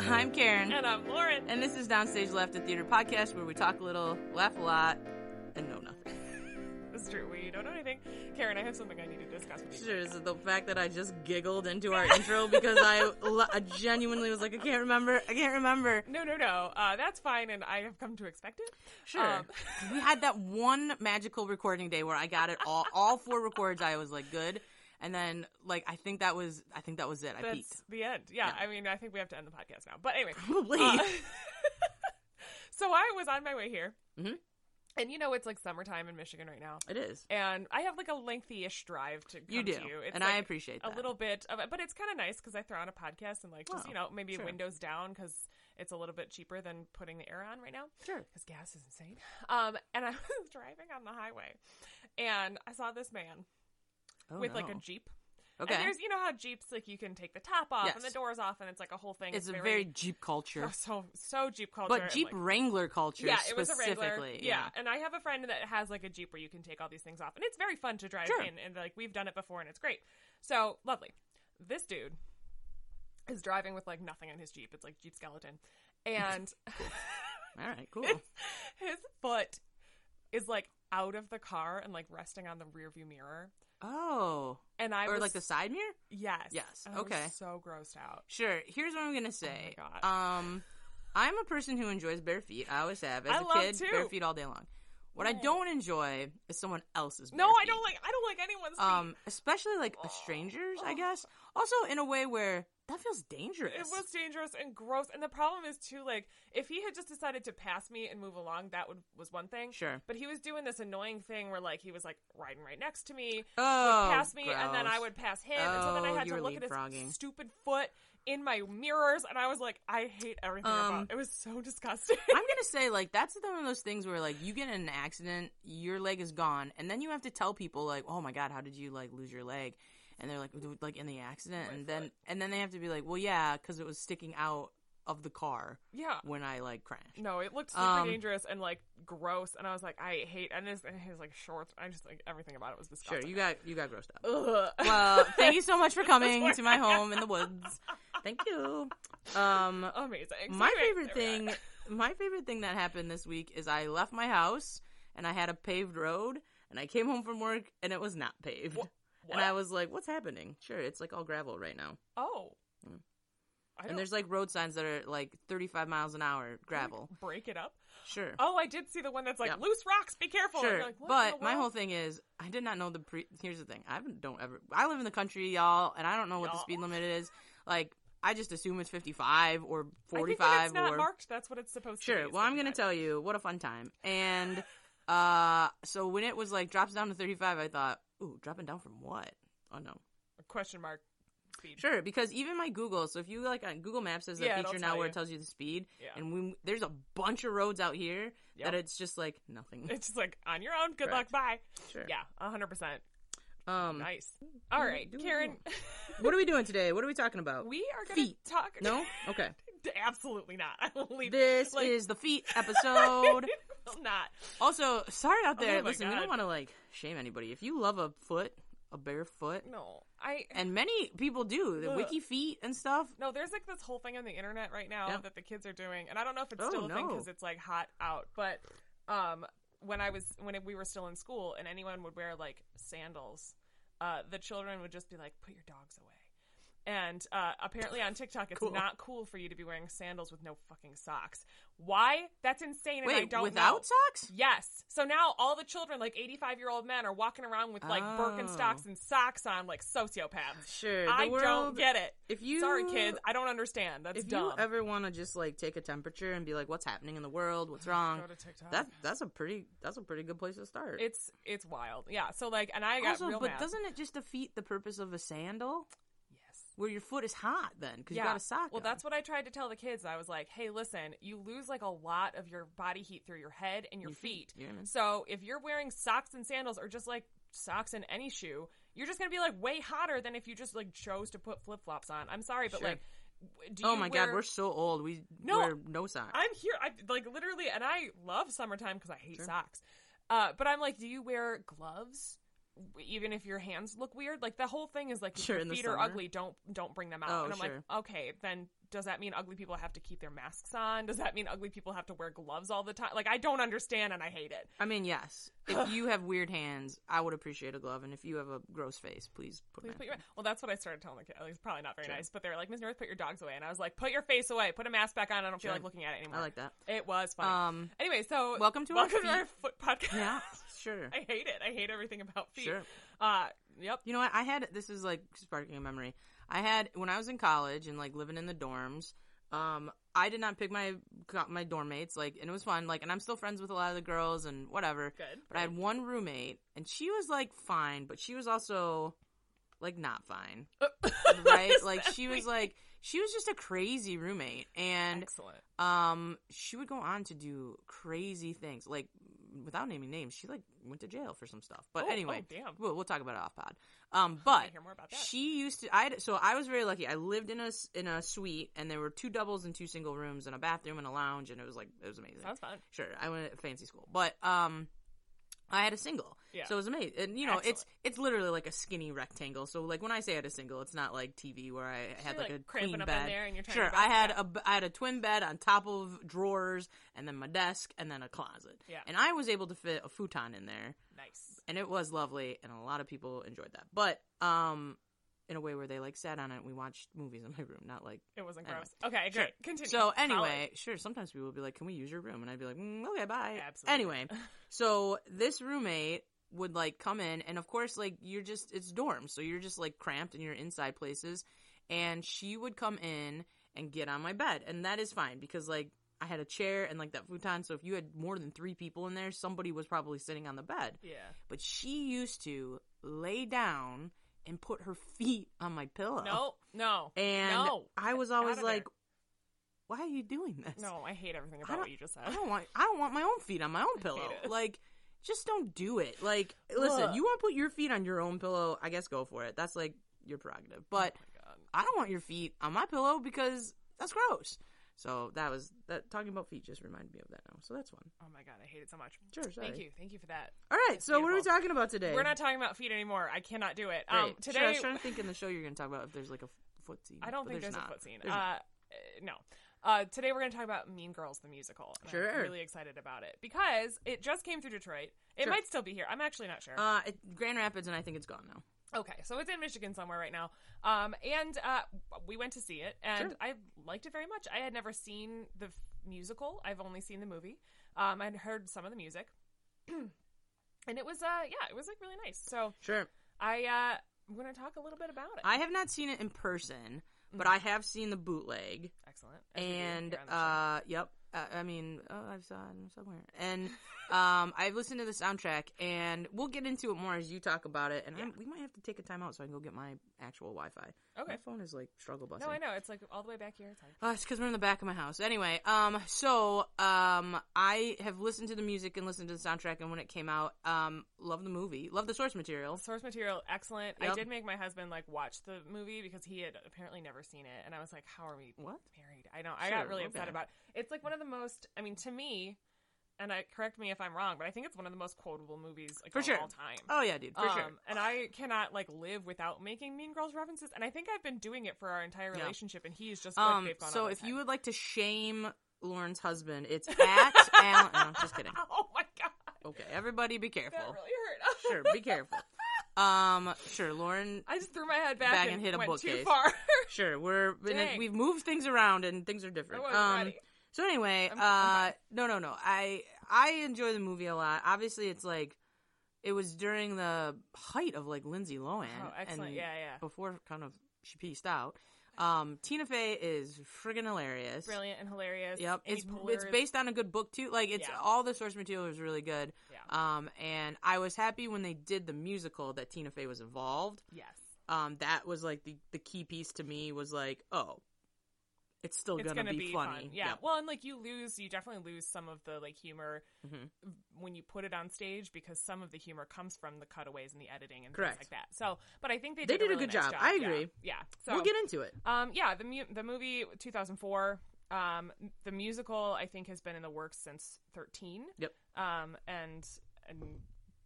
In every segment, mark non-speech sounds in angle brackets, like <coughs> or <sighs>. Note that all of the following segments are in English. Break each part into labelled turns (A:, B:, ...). A: I'm Karen,
B: And I'm Lauren.
A: and this is Downstage Left, a theater podcast where we talk a little, laugh a lot, and know nothing.
B: It's true. We don't know anything. Karen, I have something I need to discuss with you.
A: Sure, is it the fact that I just giggled into our intro because I, l- I genuinely was like, I can't remember, I can't remember.
B: No, no, no. Uh, that's fine, and I have come to expect it.
A: Sure.
B: Um,
A: we had that one magical recording day where I got it all, all four records. I was like, good. And then, like, I think that was, I think that was it. I
B: that's
A: peaked.
B: the end. Yeah, I mean, I think we have to end the podcast now. But anyway,
A: Probably.
B: uh, <laughs> so I was on my way here,
A: Mhm.
B: and you know it's like summertime in Michigan right now,
A: <laughs> it is.
B: and I have like a lengthy-ish drive to come
A: You do.
B: to you. It's
A: and I
B: like
A: appreciate
B: a
A: that.
B: little bit of it, but it's kind of nice because I throw on a podcast and like just
A: Oh,
B: you know maybe
A: sure.
B: windows down because it's a little bit cheaper than putting the air on right now.
A: Sure.
B: because gas is insane. Um, and I <laughs> was driving on the highway, and I saw this man
A: Oh,
B: with like a
A: no.
B: jeep. And
A: Okay.
B: there's you know how jeeps like you can take the top off and the
A: Yes.
B: doors off, and it's like a whole thing.
A: It's a very Jeep culture.
B: oh, <laughs> so so jeep culture,
A: But
B: and,
A: Jeep
B: like-
A: Wrangler culture
B: yeah, it was a
A: specifically.
B: regular. Yeah. and I have a friend that has like a jeep where you can take all these things off, and it's very fun to drive
A: Sure.
B: in, and like we've done it before, and it's great. So lovely. This dude is driving with like nothing on his jeep. It's like Jeep skeleton,
A: <laughs>
B: and
A: All right, cool.
B: <laughs> his foot is like out of the car and like resting on the rearview mirror.
A: Oh.
B: And I
A: or
B: was
A: like the side mirror?
B: yes,
A: Yes,
B: And I was
A: okay.
B: so grossed out.
A: Sure. Here's what I'm gonna say.
B: Oh God.
A: um, I'm a person who enjoys bare feet. I always have. As
B: I
A: a
B: love
A: kid,
B: too.
A: bare feet all day long. What I
B: Yeah.
A: don't enjoy is someone else's.
B: No,
A: bare
B: I don't
A: feet.
B: like I don't like anyone's feet.
A: Um, especially like a strangers, I guess. Also, in a way where that feels dangerous.
B: It was dangerous and gross. And the problem is too, like if he had just decided to pass me and move along, that would was one thing.
A: sure.
B: But he was doing this annoying thing where like he was like riding right next to me,
A: Oh,
B: would pass me, and then
A: gross.
B: I would pass him, and so then I
A: Oh,
B: had
A: you
B: to
A: were
B: look at
A: leapfrogging.
B: his stupid foot in my mirrors, and I was like, I hate everything
A: Um,
B: about it. It was so disgusting. <laughs>
A: I'm gonna say like that's one of those things where like you get in an accident, your leg is gone, and then you have to tell people like, "Oh my god, how did you like lose your leg?" And they're like, "Dude, "Like in the accident,"
B: My
A: and then
B: foot.
A: and then they have to be like, "Well, yeah, because it was sticking out of the car
B: yeah.
A: when I like crashed."
B: No, it looked super
A: Um,
B: dangerous and like gross, and I was like, I hate and his and his like shorts. I just like everything about it was
A: Sure,
B: disgusting.
A: you got you got grossed out.
B: Ugh.
A: <laughs> Well, thank you so much <laughs> for coming to my home in the woods. <laughs> Thank you. Um,
B: <laughs> Amazing. So
A: my
B: anyway,
A: favorite
B: there we
A: thing,
B: are.
A: my favorite thing that happened this week is I left my house and I had a paved road, and I came home from work and it was not paved.
B: Wha-
A: And I
B: What?
A: was like, "What's happening?" Sure, it's like all gravel right now,
B: oh,
A: Mm.
B: I don't
A: and there's like road signs that are like 35 miles an hour gravel.
B: like, break it up.
A: Sure,
B: Oh, I did see the one that's like
A: Yeah.
B: loose rocks. Be careful. And
A: sure.
B: Oh, you're like, what in
A: but
B: the
A: my whole
B: world?
A: thing is, I did not know the. Pre- Here's the thing: I haven't- don't ever. I live in the country, y'all, and I don't know what the
B: Y'all.
A: speed limit is. Like, I just assume it's 55 or
B: I think
A: 45
B: when it's not
A: or
B: marked. That's what it's supposed to be.
A: Sure.
B: is
A: Well, I'm going to
B: 55.
A: tell you what a fun time. And uh, so when it was like drops down to 35, I thought, ooh, dropping down from what? Oh no.
B: Question mark. Speed.
A: Sure, because even my Google. So if you like on Google Maps has that
B: Yeah, it'll
A: feature now
B: tell
A: where
B: you.
A: it tells you the speed,
B: Yeah.
A: and when there's a bunch of roads out here
B: Yep.
A: that it's just like nothing.
B: <laughs> <laughs> It's just like on your own. Good
A: Correct.
B: luck. Bye.
A: Sure.
B: Yeah, 100. percent
A: Um.
B: Nice. All
A: do-
B: right,
A: do what you
B: Karen.
A: What are we doing today? What are we talking about?
B: we are going
A: Feet.
B: to talk. <laughs>
A: no. Okay.
B: Absolutely not. <laughs> I will leave
A: This
B: like,
A: is the feet episode.
B: <laughs> will <laughs> not.
A: also, sorry out
B: Oh
A: there.
B: my
A: Listen, we
B: God.
A: don't want to like shame anybody. If you love a foot, a bare foot,
B: No, I.
A: and many people do the
B: Ugh.
A: wiki feet and stuff
B: no, there's like this whole thing on the internet right now
A: Yeah.
B: that the kids are doing, and I don't know if it's
A: Oh,
B: still a thing
A: no.
B: because it's like hot out. But um, when I was when we were still in school, and anyone would wear like sandals, uh, the children would just be like, "Put your dogs away." And uh, apparently on TikTok, it's
A: Cool.
B: not cool for you to be wearing sandals with no fucking socks. Why? That's insane. And I
A: wait
B: don't
A: without
B: know.
A: socks
B: Yes. So now all the children, like 85 year old men, are walking around with like
A: Oh.
B: Birkenstocks and socks on, like sociopaths.
A: sure the
B: I
A: world-
B: don't get it.
A: if you
B: Sorry, kids. I don't understand. That's
A: if
B: dumb.
A: you ever want to just like take a temperature and be like what's happening in the world what's wrong
B: Go to TikTok.
A: that that's a pretty that's a pretty good place to start
B: it's it's wild. Yeah. So like, and I got
A: also
B: real
A: but
B: mad.
A: doesn't it just defeat the purpose of a sandal
B: yes.
A: where your foot is hot then because
B: Yeah.
A: you got a sock
B: Well,
A: on.
B: that's what I tried to tell the kids. I was like, hey, listen, you lose like a lot of your body heat through your head and your,
A: Your feet.
B: feet.
A: Yeah, man.
B: So if you're wearing socks and sandals or just like socks and any shoe, you're just going to be like way hotter than if you just like chose to put flip flops on. I'm sorry, but
A: Sure.
B: like Do
A: oh
B: you
A: my god,
B: wear-
A: we're so old. We
B: No,
A: wear no socks.
B: I'm here. I like literally, and I love summertime because I hate
A: Sure.
B: socks. Uh, but I'm like, do you wear gloves? W- Even if your hands look weird, like the whole thing is like if
A: Sure,
B: your
A: in the
B: feet are
A: summer.
B: ugly, don't don't bring them out.
A: Oh,
B: and I'm
A: sure.
B: like, okay, then does that mean ugly people have to keep their masks on? Does that mean ugly people have to wear gloves all the time? Like I don't understand, and I hate it.
A: I mean, yes. If you have weird hands, I would appreciate a glove. And if you have a gross face, please put
B: Please
A: it.
B: put your well. That's what I started telling the kid. Like, it's probably not very
A: Sure.
B: nice, but they were like, Ms. North, put your dogs away, and I was like, put your face away, put a mask back on. I don't feel
A: Sure.
B: like looking at it anymore.
A: I like that.
B: It was funny.
A: Um,
B: anyway, so
A: welcome to our
B: welcome to
A: feet-
B: our <laughs> foot podcast.
A: yeah, sure,
B: <laughs> I hate it. I hate everything about feet.
A: sure.
B: Uh, yep.
A: You know what? I had this is like sparking a memory. I had when I was in college and like living in the dorms. Um, I did not pick my my dorm mates like, and it was fun. Like, and I'm still friends with a lot of the girls and whatever.
B: Good.
A: But I had one roommate, and she was like fine, but she was also like not fine,
B: <laughs>
A: right? like she was like she was just a crazy roommate, and
B: excellent.
A: um, she would go on to do crazy things. Like, without naming names, she like went to jail for some stuff. But
B: Oh,
A: anyway,
B: oh, damn.
A: we'll, we'll talk about it off pod. Um,
B: I
A: but
B: wanna hear more about that.
A: she used to. I had- so I was very lucky. I lived in a s- in a suite, and there were two doubles and two single rooms, and a bathroom and a lounge, and it was like it was amazing.
B: Sounds fun.
A: Sure, I went to fancy school, but um, I had a single,
B: Yeah.
A: so it was amazing. And you know, it's
B: Excellent.
A: it's literally like a skinny rectangle. So like when I say I had a single, it's not like TV where I had
B: You're,
A: like, a
B: cramping
A: queen
B: up
A: bed.
B: in there, and you're trying
A: Sure,
B: to
A: I
B: bounce
A: had
B: back.
A: a b- I had a twin bed on top of drawers, and then my desk, and then a closet.
B: Yeah.
A: and I was able to fit a futon in there,
B: <laughs> nice.
A: and it was lovely, and a lot of people enjoyed that. But um, in a way where they like sat on it, and we watched movies in my room, not like.
B: It wasn't
A: Anyway.
B: gross. Okay,
A: Sure.
B: great. Continue.
A: So
B: Solid.
A: anyway, sure. Sometimes people would be like, "Can we use your room?" And I'd be like, mm, "Okay, bye."
B: Absolutely.
A: Anyway, so this roommate would like come in, and of course, like you're just it's dorm, so you're just like cramped and you're inside places. And she would come in and get on my bed, and that is fine because like I had a chair and like that futon. So if you had more than three people in there, somebody was probably sitting on the bed.
B: yeah.
A: But she used to lay down and put her <laughs> feet on my pillow.
B: No, no,
A: and
B: no.
A: I was always
B: outta there.
A: like, "Why are you doing this?"
B: no. I hate everything
A: I
B: about what
A: don't-
B: you just said.
A: <laughs>
B: Oh
A: I don't want I don't want my own feet on my
B: <laughs>
A: own pillow.
B: it.
A: Like just don't do it. Like listen,
B: Ugh.
A: you want to put your feet on your own pillow, I guess go for it. That's like your prerogative. But
B: Oh my God.
A: I don't want your feet on my pillow because that's gross. So that was that talking about feet just reminded me of that now. So that's one.
B: Oh my god, I hate it so much.
A: Sure, sorry.
B: Thank you, thank you for that.
A: All right, so what are we
B: beautiful.
A: talking about today?
B: We're not talking about feet anymore. I cannot do it.
A: Great.
B: Um,
A: Sure, I
B: today
A: was trying to think in the show you're going to talk about if there's like a f- foot scene.
B: I don't
A: but
B: think there's,
A: not.
B: a foot scene.
A: There's
B: uh,
A: not.
B: uh, no. Uh, today we're going to talk about Mean Girls the musical. and
A: Sure.
B: I'm really excited about it because it just came through Detroit. It
A: Sure.
B: might still be here. I'm actually not sure.
A: Uh, it, Grand Rapids, and I think it's gone now.
B: okay, so it's in Michigan somewhere right now. Um, and uh, we went to see it, and
A: Sure.
B: I liked it very much. I had never seen the f- musical. I've only seen the movie. Um, I'd heard some of the music. <clears throat> And it was, uh, yeah, it was like really nice. So
A: Sure.
B: I, uh, I'm going to talk a little bit about it.
A: I have not seen it in person, but I have seen the bootleg.
B: Excellent. As we do
A: and
B: here on the show.
A: uh yep uh, i mean oh, i've saw it somewhere and um i've listened to the soundtrack and we'll get into it more as you talk about it and I'm, we might have to take a time out so i can go get my actual wi-fi
B: Okay.
A: my phone is like struggle busting
B: no, I know it's like all the way back here. It's hard.
A: Oh, it's because we're in the back of my house. Anyway, um, so um, I have listened to the music and listened to the soundtrack, and when it came out, um, love the movie, love the source material.
B: source material excellent. I
A: Yep.
B: did make my husband like watch the movie because he had apparently never seen it, and I was like, "How are we
A: What?
B: married?" I know I got
A: Sure,
B: really upset
A: okay.
B: about. It. It's like one of the most. I mean, to me, and I correct me if I'm wrong, but I think it's one of the most quotable movies like,
A: For
B: of
A: sure.
B: all time.
A: Oh yeah, dude, for
B: um,
A: sure.
B: And I cannot like live without making Mean Girls references, and I think I've been doing it for our entire
A: Yeah.
B: relationship, and he's just like,
A: Um,
B: they've gone
A: so
B: on
A: if
B: this
A: you
B: head.
A: would like to shame Lauren's husband, it's <laughs> at Alan. No, just kidding.
B: <laughs> oh my god,
A: Okay, everybody, be
B: that
A: careful.
B: really hurt. <laughs>
A: sure, be careful. Um, sure, Lauren.
B: I just threw my head back,
A: Back and hit a
B: went too
A: bookcase.
B: far. <laughs>
A: Sure, we're been-
B: Dang.
A: we've moved things around and things are
B: I
A: different.
B: wasn't
A: um,
B: ready.
A: so anyway,
B: I'm-
A: uh,
B: I'm
A: no, no, no. I I enjoy the movie a lot. Obviously, it's like it was during the height of like Lindsay Lohan
B: Oh, excellent.
A: and
B: Yeah, yeah.
A: before kind of she pieced out. Um, Tina Fey is friggin' hilarious.
B: brilliant and hilarious.
A: Yep,
B: Amy
A: it's
B: Poehler
A: it's
B: is-
A: based on a good book too. Like it's
B: Yeah.
A: all the source material is really good.
B: Yeah.
A: Um, and I was happy when they did the musical that Tina Fey was involved.
B: Yes.
A: um, that was like the, the key piece to me was like, oh, it's still
B: it's
A: gonna,
B: gonna,
A: be,
B: be,
A: funny.
B: fun. Yeah. Well, and like you lose, you definitely lose some of the like humor
A: hmm
B: when you put it on stage because some of the humor comes from the cutaways and the editing and
A: Correct.
B: things like that. So, but I think they
A: They
B: did,
A: did a
B: really
A: good
B: nice
A: job. I
B: Yeah.
A: agree.
B: Yeah. So
A: we'll get into it.
B: um, yeah, the mu- the movie 2004. Um, the musical I think has been in the works since 13.
A: Yep.
B: Um, and and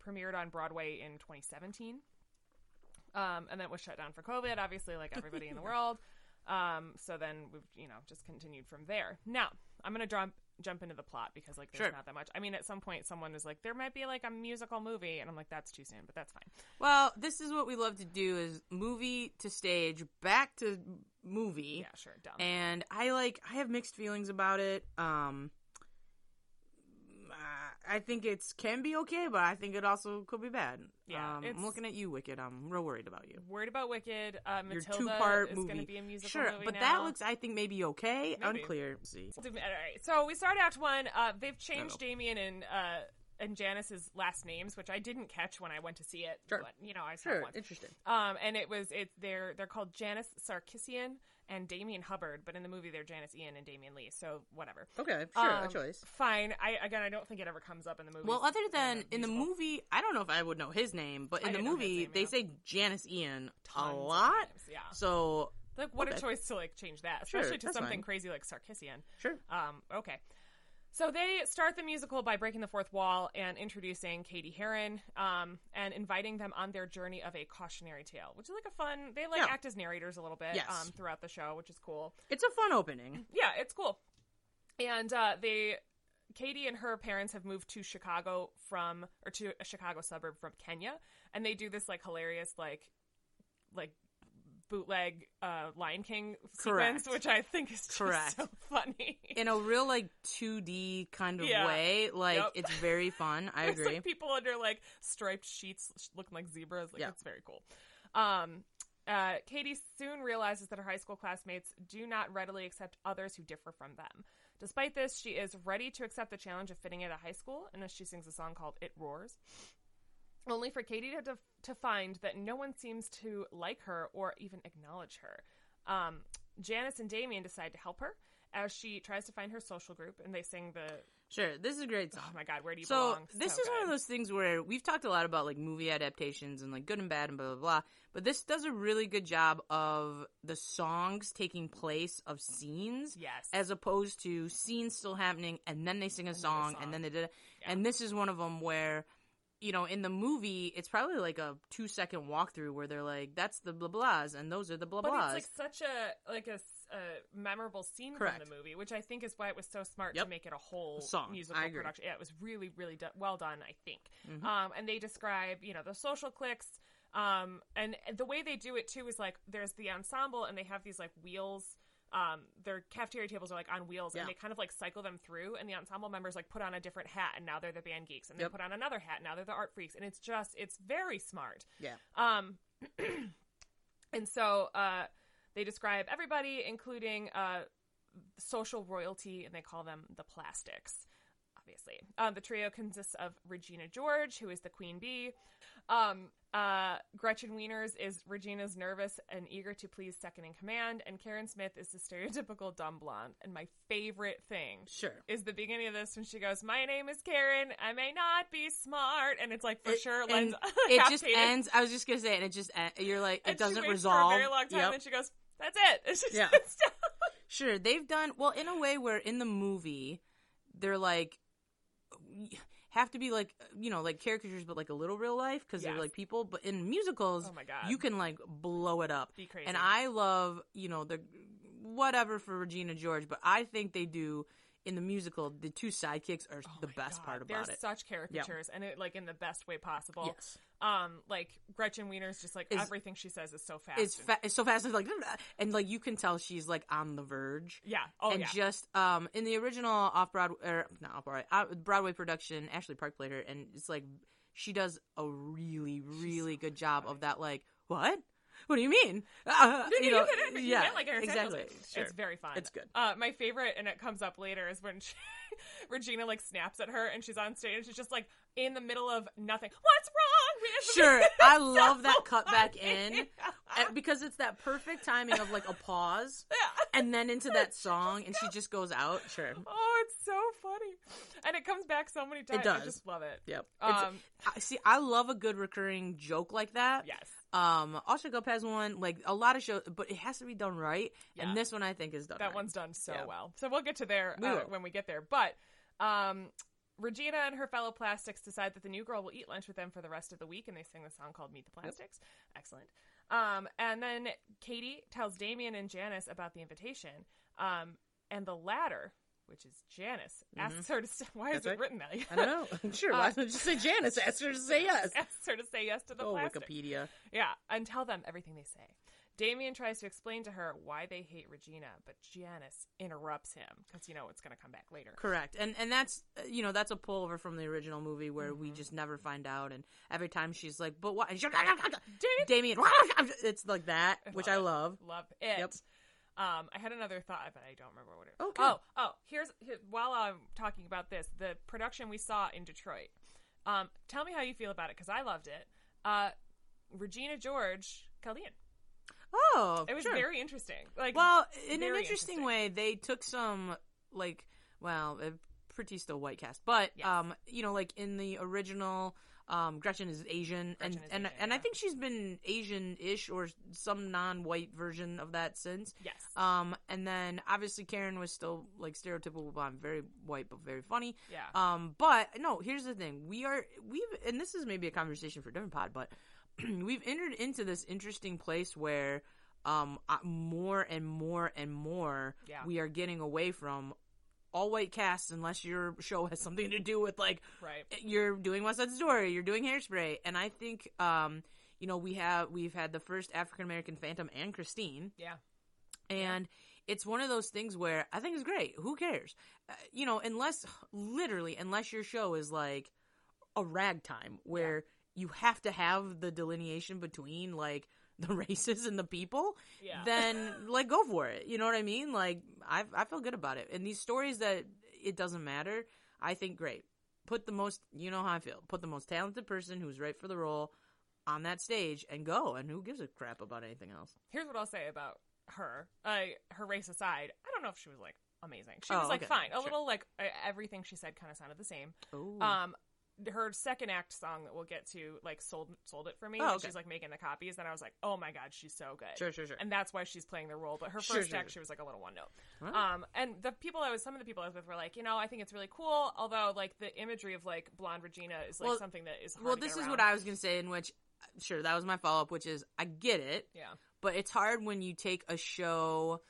B: premiered on Broadway in 2017. Um, and then it was shut down for COVID, obviously, like everybody
A: <laughs>
B: in the world. Um, so then we've you know just continued from there. Now I'm gonna jump jump into the plot because like there's
A: Sure.
B: not that much. I mean, at some point someone was like, there might be like a musical movie, and I'm like, that's too soon, but that's fine.
A: Well, this is what we love to do: is movie to stage, back to movie.
B: Yeah, sure, dumb.
A: and I like I have mixed feelings about it. Um, I- I think it's can be okay, but I think it also could be bad.
B: Yeah,
A: um,
B: it's-
A: I'm looking at you, Wicked. I'm real worried about you.
B: Worried about Wicked. Uh,
A: Your
B: Matilda
A: two-part
B: is going to
A: movie.
B: be a musical
A: Sure,
B: movie
A: but
B: now.
A: that looks I think maybe okay.
B: Maybe.
A: Unclear. See,
B: All right, so we start Act One. Uh, they've changed
A: Hello.
B: Damien and uh, and Janice's last names, which I didn't catch when I went to see it.
A: Sure.
B: But, you know, I saw it
A: sure,
B: once.
A: interesting.
B: Um, and it was it they're they're called Janice Sarkissian and Damien Hubbard, but in the movie they're Janice Ian and Damien Lee. So whatever.
A: Okay,
B: Um, Fine. I again, I don't think it ever comes up in the movie.
A: Well, other than in the
B: musical.
A: movie, I don't know if I would know his name, but
B: I
A: in the
B: didn't know his
A: movie
B: name,
A: they
B: yeah.
A: say Janice Ian
B: Tons
A: a
B: of
A: lot.
B: times, yeah.
A: So
B: Like, what a
A: Okay.
B: choice to like change that,
A: Sure,
B: especially to
A: that's
B: something
A: fine.
B: crazy like Sarkissian.
A: sure,
B: Um, okay. So they start the musical by breaking the fourth wall and introducing Katie Heron um, and inviting them on their journey of a cautionary tale, which is like a fun. They like
A: Yeah.
B: act as narrators a little bit
A: Yes.
B: um, throughout the show, which is cool.
A: it's a fun opening.
B: Yeah, it's cool. And uh, they, Katie and her parents have moved to Chicago from or to a Chicago suburb from Kenya, and they do this like hilarious like like bootleg uh, Lion King sequence,
A: Correct.
B: which I think is just
A: Correct.
B: so funny.
A: in a real like 2D kind of
B: Yeah.
A: way. Like
B: Yep.
A: it's very fun.
B: <laughs>
A: I
B: There's
A: agree.
B: like people under like striped sheets sh- looking like zebras. Like
A: Yeah.
B: it's very cool. Um, uh, Katie soon realizes that her high school classmates do not readily accept others who differ from them. Despite this, she is ready to accept the challenge of fitting into high school, and she sings a song called "It Roars." Only for Katie to def- to find that no one seems to like her or even acknowledge her. Um, Janice and Damien decide to help her as she tries to find her social group, and they sing the
A: sure, this is a great
B: "Oh <laughs>
A: song.
B: my God, where do you
A: So
B: belong?"
A: this is one of
B: good.
A: those things where we've talked a lot about like movie adaptations and like good and bad and blah blah blah. But this does a really good job of the songs taking place of scenes
B: yes
A: as opposed to scenes still happening and then they sing a
B: then a
A: song
B: song.
A: and then they did it.
B: Yeah.
A: And this is one of them where you know, in the movie, it's probably like a two second walkthrough where they're like, that's the blah blahs and those are the blah
B: but
A: blahs.
B: it's like such a like a, s- a memorable scene
A: Correct.
B: from the movie, which I think is why it was so smart
A: Yep.
B: to make it a whole
A: Song.
B: musical
A: I agree.
B: production. Yeah, it was really really do- well done, I think.
A: Mhm.
B: Um, and they describe you know the social cliques. Um, and and the way they do it too is like there's the ensemble, and they have these like wheels. Um, their cafeteria tables are like on wheels,
A: Yeah.
B: and they kind of like cycle them through. And the ensemble members like put on a different hat, and now they're the band geeks, and they
A: Yep.
B: put on another hat, and now they're the art freaks. And it's just it's very smart.
A: Yeah.
B: Um, and so uh, they describe everybody, including uh, social royalty, and they call them the plastics. Obviously, um, the trio consists of Regina George, who is the queen bee. Um, uh, Gretchen Wieners is Regina's nervous and eager to please second in command, and Karen Smith is the stereotypical dumb blonde. And my favorite thing
A: sure.
B: is the beginning of this when she goes, "My name is Karen. I may not be smart," and it's like for
A: It-
B: sure.
A: and
B: <laughs> Lens
A: it just
B: Half-hated.
A: ends. I was just gonna say, and it just en- you're like
B: And
A: it
B: she
A: doesn't
B: waits
A: resolve.
B: for a very long time,
A: Yep.
B: and she goes, "That's it." <laughs> It's just
A: Yeah.
B: it's done.
A: Sure, they've done well in a way where in the movie they're like have to be like you know like caricatures, but like a little real life because
B: Yes.
A: they're like people. But in musicals,
B: Oh my god,
A: you can like blow it up.
B: be crazy.
A: And I love you know the whatever for Regina George, but I think they do in the musical. The two sidekicks are
B: Oh
A: the
B: my
A: best
B: God,
A: part
B: They're
A: about it.
B: such caricatures, and it like in the best way possible.
A: Yes,
B: Um, like Gretchen Wiener's just like
A: Is-
B: everything she says is so fast.
A: it's,
B: and-
A: fa- it's so fast. It's like <laughs> and like you can tell she's like on the verge.
B: yeah. Oh
A: and
B: yeah.
A: just um in the original off Broadway or not off Broadway uh, Broadway production, Ashley Park played her, and it's like she does a really really
B: so
A: good job
B: funny.
A: of that. Like what? What do you mean? <laughs> Uh,
B: No, no,
A: you know,
B: can- <laughs> <laughs> you
A: yeah,
B: can, like, Eric Sanders.
A: exactly. Sure.
B: It's very fun.
A: It's
B: <laughs>
A: good.
B: Uh, my favorite, and it comes up later, is when <laughs> she, Regina like snaps at her, and she's on stage, and she's just like in the middle of nothing. What's wrong? with-" <laughs>
A: Sure, I love that
B: so
A: cut back
B: funny.
A: in uh, because it's that perfect timing of like a pause.
B: Yeah.
A: and then into that song, and she just goes out. Sure.
B: Oh, it's so funny, and it comes back so many times. I
A: does.
B: just love it.
A: Yep. It's-
B: Um,
A: I- see, I love a good recurring joke like that.
B: yes,
A: Um, Asha Gup has one, like a lot of shows, but it has to be done right.
B: Yeah.
A: And this one I think is done
B: that
A: right.
B: one's done so
A: Yeah.
B: well. So we'll get to there
A: We
B: uh,
A: will.
B: when we get there. But um, Regina and her fellow plastics decide that the new girl will eat lunch with them for the rest of the week, and they sing the song called "Meet the Plastics." Excellent. Um, and then Katie tells Damien and Janice about the invitation, um, and the latter, which is Janice, asks her to. St- <laughs> Why
A: Mm-hmm.
B: is
A: That's
B: it
A: right.
B: written that?
A: I don't know. <laughs> Sure.
B: Uh,
A: Why don't you say <laughs> Janice? Ask her to say yes.
B: asks her to say yes to the
A: Oh,
B: plastic.
A: Wikipedia.
B: Yeah, and tell them everything they say. Damien tries to explain to her why they hate Regina, but Janice interrupts him because you know it's going to come back
A: <laughs>
B: later.
A: Correct. And and that's uh, you know that's a pullover from the original movie where we just never find out. And every time she's like, "But <laughs> why?" And she's like,
B: Damien,
A: Damien, <laughs> it's like that,
B: I
A: which
B: love
A: I
B: it.
A: love.
B: love it.
A: Yep.
B: Um, I had another thought, but I don't remember what it.
A: Okay.
B: Oh, oh, here's here, while I'm talking about this, the production we saw in Detroit. Um, tell me how you feel about it because I loved it. Uh, Regina George, Kalyan.
A: Oh,
B: It was
A: sure.
B: very interesting. Like,
A: well in an
B: very
A: interesting,
B: interesting.
A: way. They took some like well, a pretty still white cast, but
B: Yes.
A: um, you know, like in the original. Um, Gretchen is Asian, and
B: Gretchen is
A: and
B: Asian,
A: and I
B: yeah.
A: think she's been Asian-ish or some non-white version of that since.
B: yes,
A: Um, and then obviously Karen was still like stereotypical blonde, very white but very funny.
B: yeah,
A: Um, but no, here's the thing: we are we've, and this is maybe a conversation for a different pod, but <clears throat> we've entered into this interesting place where, um, uh, more and more and more,
B: Yeah.
A: we are getting away from all white casts unless your show has something to do with like
B: right.
A: Eh, you're doing West Side Story, you're doing Hairspray, and I think, um, you know, we have we've had the first African American Phantom and Christine.
B: Yeah.
A: And it's one of those things where I think it's great. Who cares? Uh, you know, unless literally, unless your show is like a ragtime where you have to have the delineation between like <laughs> the races and the people,
B: Yeah.
A: then like go for it. You know what I mean? Like I I feel good about it. And these stories that it doesn't matter, I think great. Put the most you know how I feel. Put the most talented person who's right for the role on that stage and go. And who gives a crap about anything else?
B: here's what I'll say about her. Uh, her race aside, I don't know if she was like amazing. She
A: Oh,
B: was like
A: okay.
B: fine. A
A: Sure.
B: little like uh, everything she said kind of sounded the same.
A: Oh,
B: Um, her second act song that we'll get to like sold sold it for me.
A: Oh,
B: when
A: okay.
B: She's like making the copies, and I was like, oh my god, she's so good.
A: sure, sure, sure.
B: And that's why she's playing the role. But her
A: Sure,
B: first
A: sure,
B: act,
A: sure. Oh.
B: she was like a little one note.
A: All right.
B: Um, and the people I was, some of the people I was with were like, you know, I think it's really cool. Although like the imagery of like blonde Regina is like
A: Well-
B: something that is hard
A: well,
B: to get
A: this is
B: around.
A: what I was gonna say. In which, sure, that was my follow up, which is I get it.
B: yeah
A: but it's hard when you take a show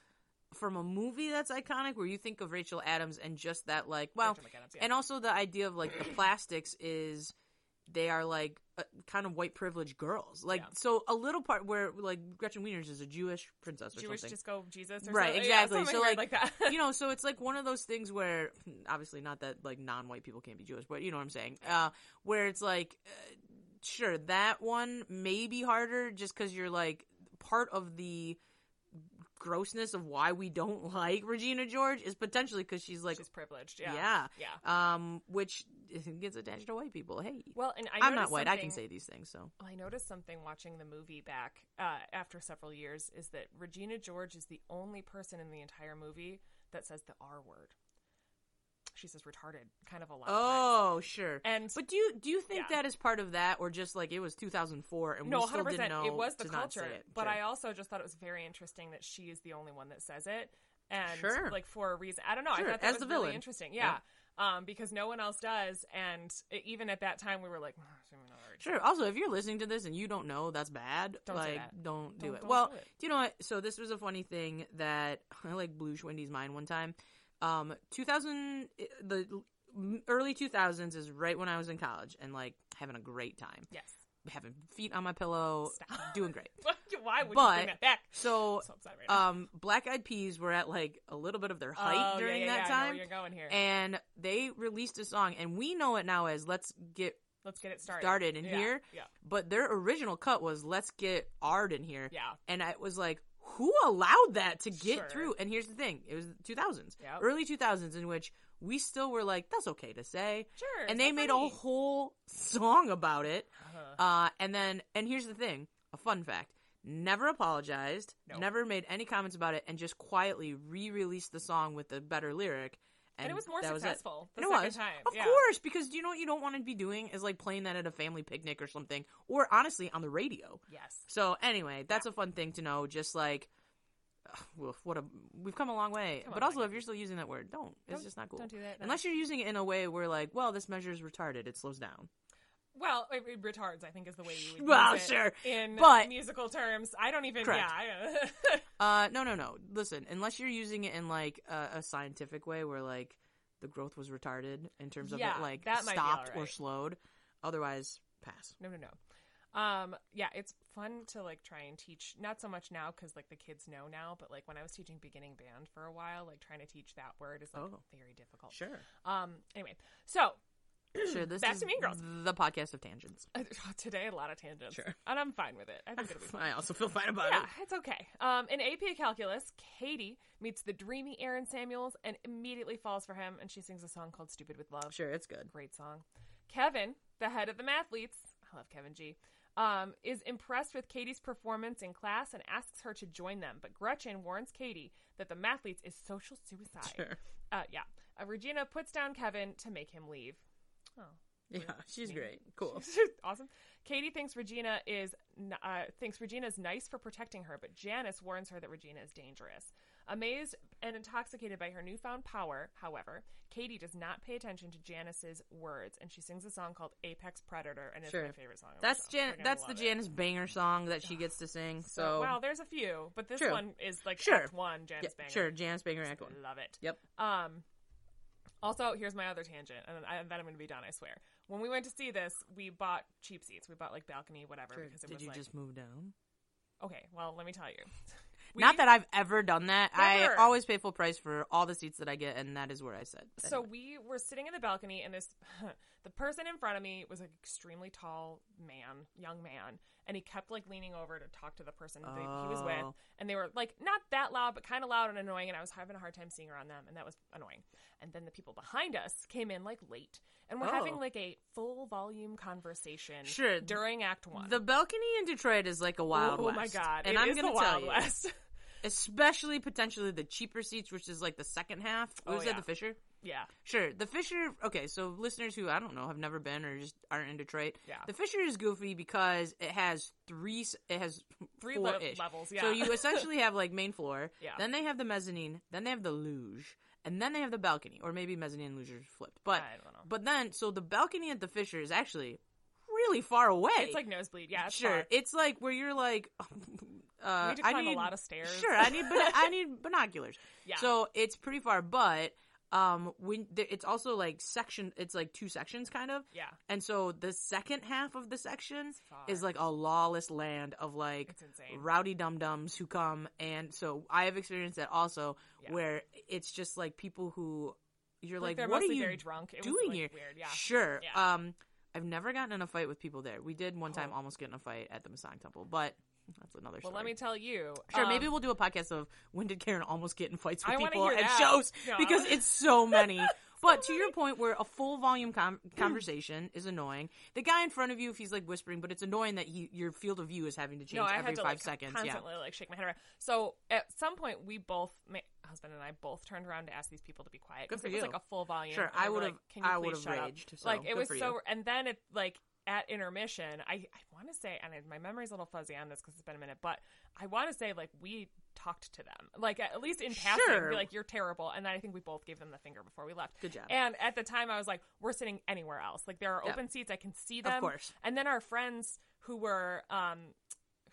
A: from a movie that's iconic where you think of Rachel Adams and just that like well
B: Rachel McAdams, yeah.
A: and also the idea of
B: <clears throat>
A: like the plastics is they are like uh, kind of white privileged girls like
B: Yeah.
A: so a little part where like Gretchen Wieners is a Jewish princess or
B: Jewish
A: something
B: disco Jesus or
A: Right,
B: something. Yeah,
A: exactly.
B: something
A: So,
B: weird
A: like,
B: that <laughs>
A: you know, so it's like one of those things where, <laughs> obviously, not that like non-white people can't be Jewish, but you know what I'm saying. Uh, where it's like, uh, sure, that one may be harder just because you're like part of the grossness of why we don't <laughs> like Regina George is potentially because she's like,
B: she's privileged. Yeah.
A: yeah.
B: Yeah.
A: um, which gets attached to white people. Hey,
B: Well, and I
A: I'm not
B: noticed
A: white. I can
B: something-
A: say these things. So
B: I noticed something watching the movie back uh, after several years is that Regina George is the only person in the entire movie that says the R word. She says retarded kind of a lot. of times.
A: oh, sure.
B: and
A: But do you do you think
B: Yeah.
A: that is part of that, or just like it was 2004 and
B: no,
A: we
B: hundred
A: still didn't
B: percent,
A: know
B: it was the
A: to not say
B: culture.
A: it?
B: But
A: Sure.
B: I also just thought it was very interesting that she is the only one that says it, and
A: Sure.
B: like for a reason. I don't know.
A: Sure,
B: I thought that
A: as
B: was
A: the
B: really
A: villain.
B: interesting. Yeah. Um, because no one else does, and it, even at that time, we were like, "Mm, she's not a retard."
A: Sure. Also, if you're listening to this and you don't know, that's bad.
B: Don't do
A: like,
B: that.
A: don't do
B: Don't-
A: it.
B: don't
A: well,
B: do it.
A: you know what? So this was a funny thing that <laughs> I like blew Schwindy's mind one time. Um, 2000, the early 2000s is right when I was in college and like having a great time,
B: Yes.
A: having feet on my pillow,
B: Stop.
A: doing great.
B: <laughs> Why would you
A: But-
B: bring that back?
A: So,
B: so upset <laughs> right now.
A: um, Black Eyed Peas were at like a little bit of their height
B: Oh,
A: during
B: yeah, yeah,
A: that
B: yeah, I know
A: time.
B: where you're going here.
A: and they released a song, and we know it now as "Let's Get
B: Let's get it started.
A: started in
B: yeah,
A: here.
B: Yeah.
A: but their original cut was let's get ard in here
B: Yeah.
A: and i was like who allowed that to get
B: Sure.
A: through and here's the thing it was the 2000s
B: Yep.
A: early 2000s in which we still were like that's okay to say
B: Sure.
A: and they made a whole song about it
B: whole.
A: uh, and then and here's the thing a fun fact never apologized,
B: No.
A: never made any comments about it, and just quietly re-released the song with a better lyric. And,
B: and it was more
A: that
B: successful
A: Was it.
B: the
A: And it
B: second
A: was,
B: time.
A: of
B: yeah.
A: course, because you know what you don't want to be doing is like playing that at a family picnic or something, or honestly on the radio.
B: Yes.
A: So anyway, that's a fun thing to know. Just like, ugh, woof, what a we've come a long way.
B: Come a
A: but
B: long
A: also,
B: way.
A: if you're still using that word, don't. It's
B: Don't-
A: just not cool.
B: Don't do that. no.
A: Unless you're using it in a way where like, well, this measure is retarded. It slows down.
B: well, it, it retards. I think is the way you would.
A: Well,
B: use it
A: sure,
B: In
A: but-
B: musical terms, I don't even.
A: Correct.
B: Yeah. I, <laughs>
A: Uh, no, no, no. Listen, unless you're using it in like a, a scientific way where like the growth was retarded in terms of
B: Yeah,
A: it like
B: that might be
A: stopped or
B: alright.
A: slowed. Otherwise, pass.
B: No, no, no. Um, yeah, it's fun to like try and teach. Not so much now because like the kids know now, but like when I was teaching beginning band for a while, like trying to teach that word is like
A: Oh.
B: very difficult.
A: Sure.
B: Um, anyway, so <laughs>
A: Sure. This
B: Back
A: is
B: to Mean Girls.
A: the podcast of tangents.
B: today a lot of tangents,
A: Sure.
B: and I'm fine with it. I think it'll be.
A: <laughs>
B: fine.
A: I also feel fine about
B: Yeah,
A: it.
B: it's okay. Um, in AP Calculus, Katie meets the dreamy Aaron Samuels and immediately falls for him, and she sings a song called "Stupid with Love."
A: Sure, it's good.
B: Great song. Kevin, the head of the Mathletes, I love Kevin G, um, is impressed with Katie's performance in class and asks her to join them. But Gretchen warns Katie that the Mathletes is social suicide.
A: Sure.
B: Uh, yeah. Uh, Regina puts down Kevin to make him leave. Oh,
A: Yeah, she's
B: Maybe.
A: great. Cool.
B: <laughs> awesome. Katie thinks Regina is n- uh, thinks Regina's nice for protecting her, but Janice warns her that Regina is dangerous. Amazed and intoxicated by her newfound power, however, Katie does not pay attention to Janice's words, and she sings a song called "Apex Predator," and it's
A: Sure.
B: my favorite song. of the
A: That's
B: show. You're
A: Jan.
B: gonna
A: That's the
B: love it.
A: Janice banger song that she gets to sing. So
B: wow, there's a few, but this
A: True.
B: one is like
A: Sure.
B: Act One,
A: yeah,
B: Janice Banger.
A: sure, Janice banger act one.
B: Love it.
A: Yep.
B: Um. Also, here's my other tangent, and then, and then I'm going to be done. I swear. When we went to see this, we bought cheap seats. We bought like balcony, whatever,
A: Sure.
B: because it
A: Did
B: was
A: you
B: like
A: just move down?
B: okay. Well, let me
A: <laughs>
B: tell you. We-
A: Not that I've ever done that.
B: Never.
A: I always pay full price for all the seats that I get, and that is where I sit.
B: So
A: Anyway.
B: we were sitting in the balcony, and this <laughs> the person in front of me was an extremely tall man, young man, and he kept like leaning over to talk to the person that he was with,
A: Oh.
B: and they were like not that loud, but kind of loud and annoying, and I was having a hard time seeing around them, and that was annoying. And then the people behind us came in like late, and we're having
A: Oh.
B: like a full volume conversation
A: Sure.
B: during Act One.
A: The balcony in Detroit is like a wild
B: oh
A: west.
B: my god!
A: And
B: It
A: I'm
B: is
A: gonna
B: the
A: tell
B: Wild
A: you,
B: West. <laughs>
A: especially potentially the cheaper seats, which is like the second half.
B: Oh,
A: was
B: yeah.
A: that the Fisher?
B: yeah,
A: Sure, the Fisher. Okay, so listeners who I don't know have never been or just aren't in Detroit.
B: Yeah.
A: the Fisher is goofy because it has three. s- It has
B: three
A: four
B: le-
A: ish.
B: levels. Yeah. <laughs>
A: So you essentially have like main floor.
B: Yeah.
A: Then they have the mezzanine. Then they have the luge, and then they have the balcony, or maybe mezzanine and luge are flipped. But
B: I don't know.
A: but then so the balcony at the Fisher is actually really far away.
B: It's like nosebleed. Yeah, it's
A: sure,
B: far.
A: it's like where you're like. <laughs> Uh,
B: we did
A: I
B: climb
A: need
B: a lot of stairs.
A: Sure, I need bino- I need binoculars.
B: <laughs> yeah.
A: So it's pretty far, but um, when there, it's also like section, it's like two sections kind of,
B: <laughs> yeah,
A: and so the second half of the section
B: it's far.
A: is like a lawless land of like
B: it's insane.
A: rowdy dum dums who come, and so I have experienced that also,
B: Yeah.
A: where it's just like people who you're
B: like,
A: like,
B: they're
A: what are
B: mostly
A: you
B: very drunk. It
A: doing
B: was, like,
A: here?
B: Weird. Yeah.
A: Sure.
B: Yeah.
A: Um, I've never gotten in a fight with people there. We did one time
B: Oh.
A: almost get in a fight at the Masonic Temple, but that's another
B: Well,
A: story.
B: let me tell you.
A: Sure,
B: um,
A: Oh, maybe we'll do a podcast of when did Karen almost get in fights with
B: I wanna
A: people
B: hear
A: at
B: that.
A: shows
B: Yeah.
A: because it's
B: <laughs>
A: so many. but to your point, where a full volume
B: <clears throat>
A: com- conversation is annoying, the guy in front of you, if he's like whispering, but it's annoying that he, your field of view is having to change
B: No, I
A: every
B: had to
A: five
B: like
A: seconds. Yeah,
B: constantly like shake my head around. So at some point, we both, my husband and I, both turned around to ask these people to be quiet
A: Good
B: because
A: for
B: it was
A: you.
B: like a full volume.
A: Sure,
B: and we
A: I
B: were
A: would've-
B: like, Can you
A: I
B: please
A: would've
B: shut up?"
A: raged, so
B: like it
A: good
B: was
A: for
B: so.
A: you.
B: And then it like at intermission, I I want to say, and I, my memory's a little fuzzy on this because it's been a minute, but I want to say like we talked to them, like at least in passing,
A: Sure.
B: be like you're terrible, and then I think we both gave them the finger before we left.
A: good job.
B: And at the time, I was like, we're sitting anywhere else. Like there are
A: Yeah.
B: open seats. I can see them.
A: of course.
B: And then our friends who were um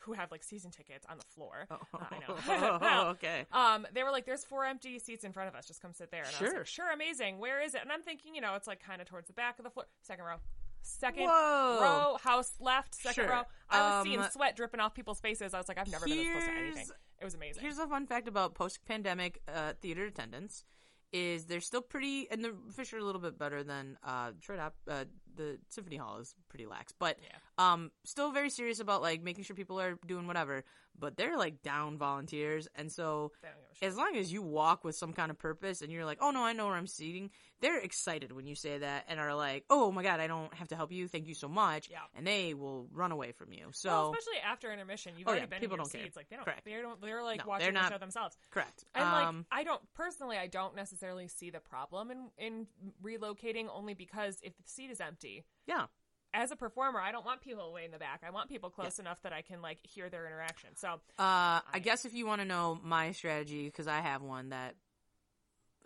B: who have like season tickets on the floor. Uh,
A: Oh, <laughs>
B: I know. <laughs> Well,
A: okay.
B: Um, they were like, "There's four empty seats in front of us. Just come sit there." And I was
A: Sure.
B: like, "Sure, amazing. Where is it?" And I'm thinking, you know, it's like kind of towards the back of the floor, second row, second
A: Whoa.
B: row, house left, second
A: Sure.
B: row. I was
A: Um,
B: seeing sweat dripping off people's faces. I was like, "I've never been this close to anything.
A: here's-
B: It was amazing."
A: Here's a fun fact about post-pandemic uh, theater attendance: is they're still pretty, and the fish are a little bit better than uh, Detroit, Op- uh, the symphony hall is pretty lax, but
B: Yeah.
A: um, still very serious about like making sure people are doing whatever. But they're like down volunteers, and so
B: They don't give a shit.
A: as long as you walk with some kind of purpose and you're like, oh no, I know where I'm seating, they're excited when you say that and are like, oh my god, I don't have to help you, thank you so much,
B: Yeah.
A: and they will run away from you. So
B: Well, especially after intermission, you've
A: Oh,
B: already
A: yeah,
B: been
A: people
B: in your
A: don't care.
B: seats. Like they don't,
A: Correct.
B: they don't, they're like
A: No,
B: watching
A: they're
B: the
A: not-
B: show themselves.
A: correct.
B: And
A: um,
B: like I don't personally, I don't necessarily see the problem in in relocating only because if the seat is empty,
A: yeah,
B: as a performer, I don't want people way in the back. I want people close enough that I can like hear their interaction. So
A: Uh,
B: I-
A: I guess if you want to know my strategy, because I have one that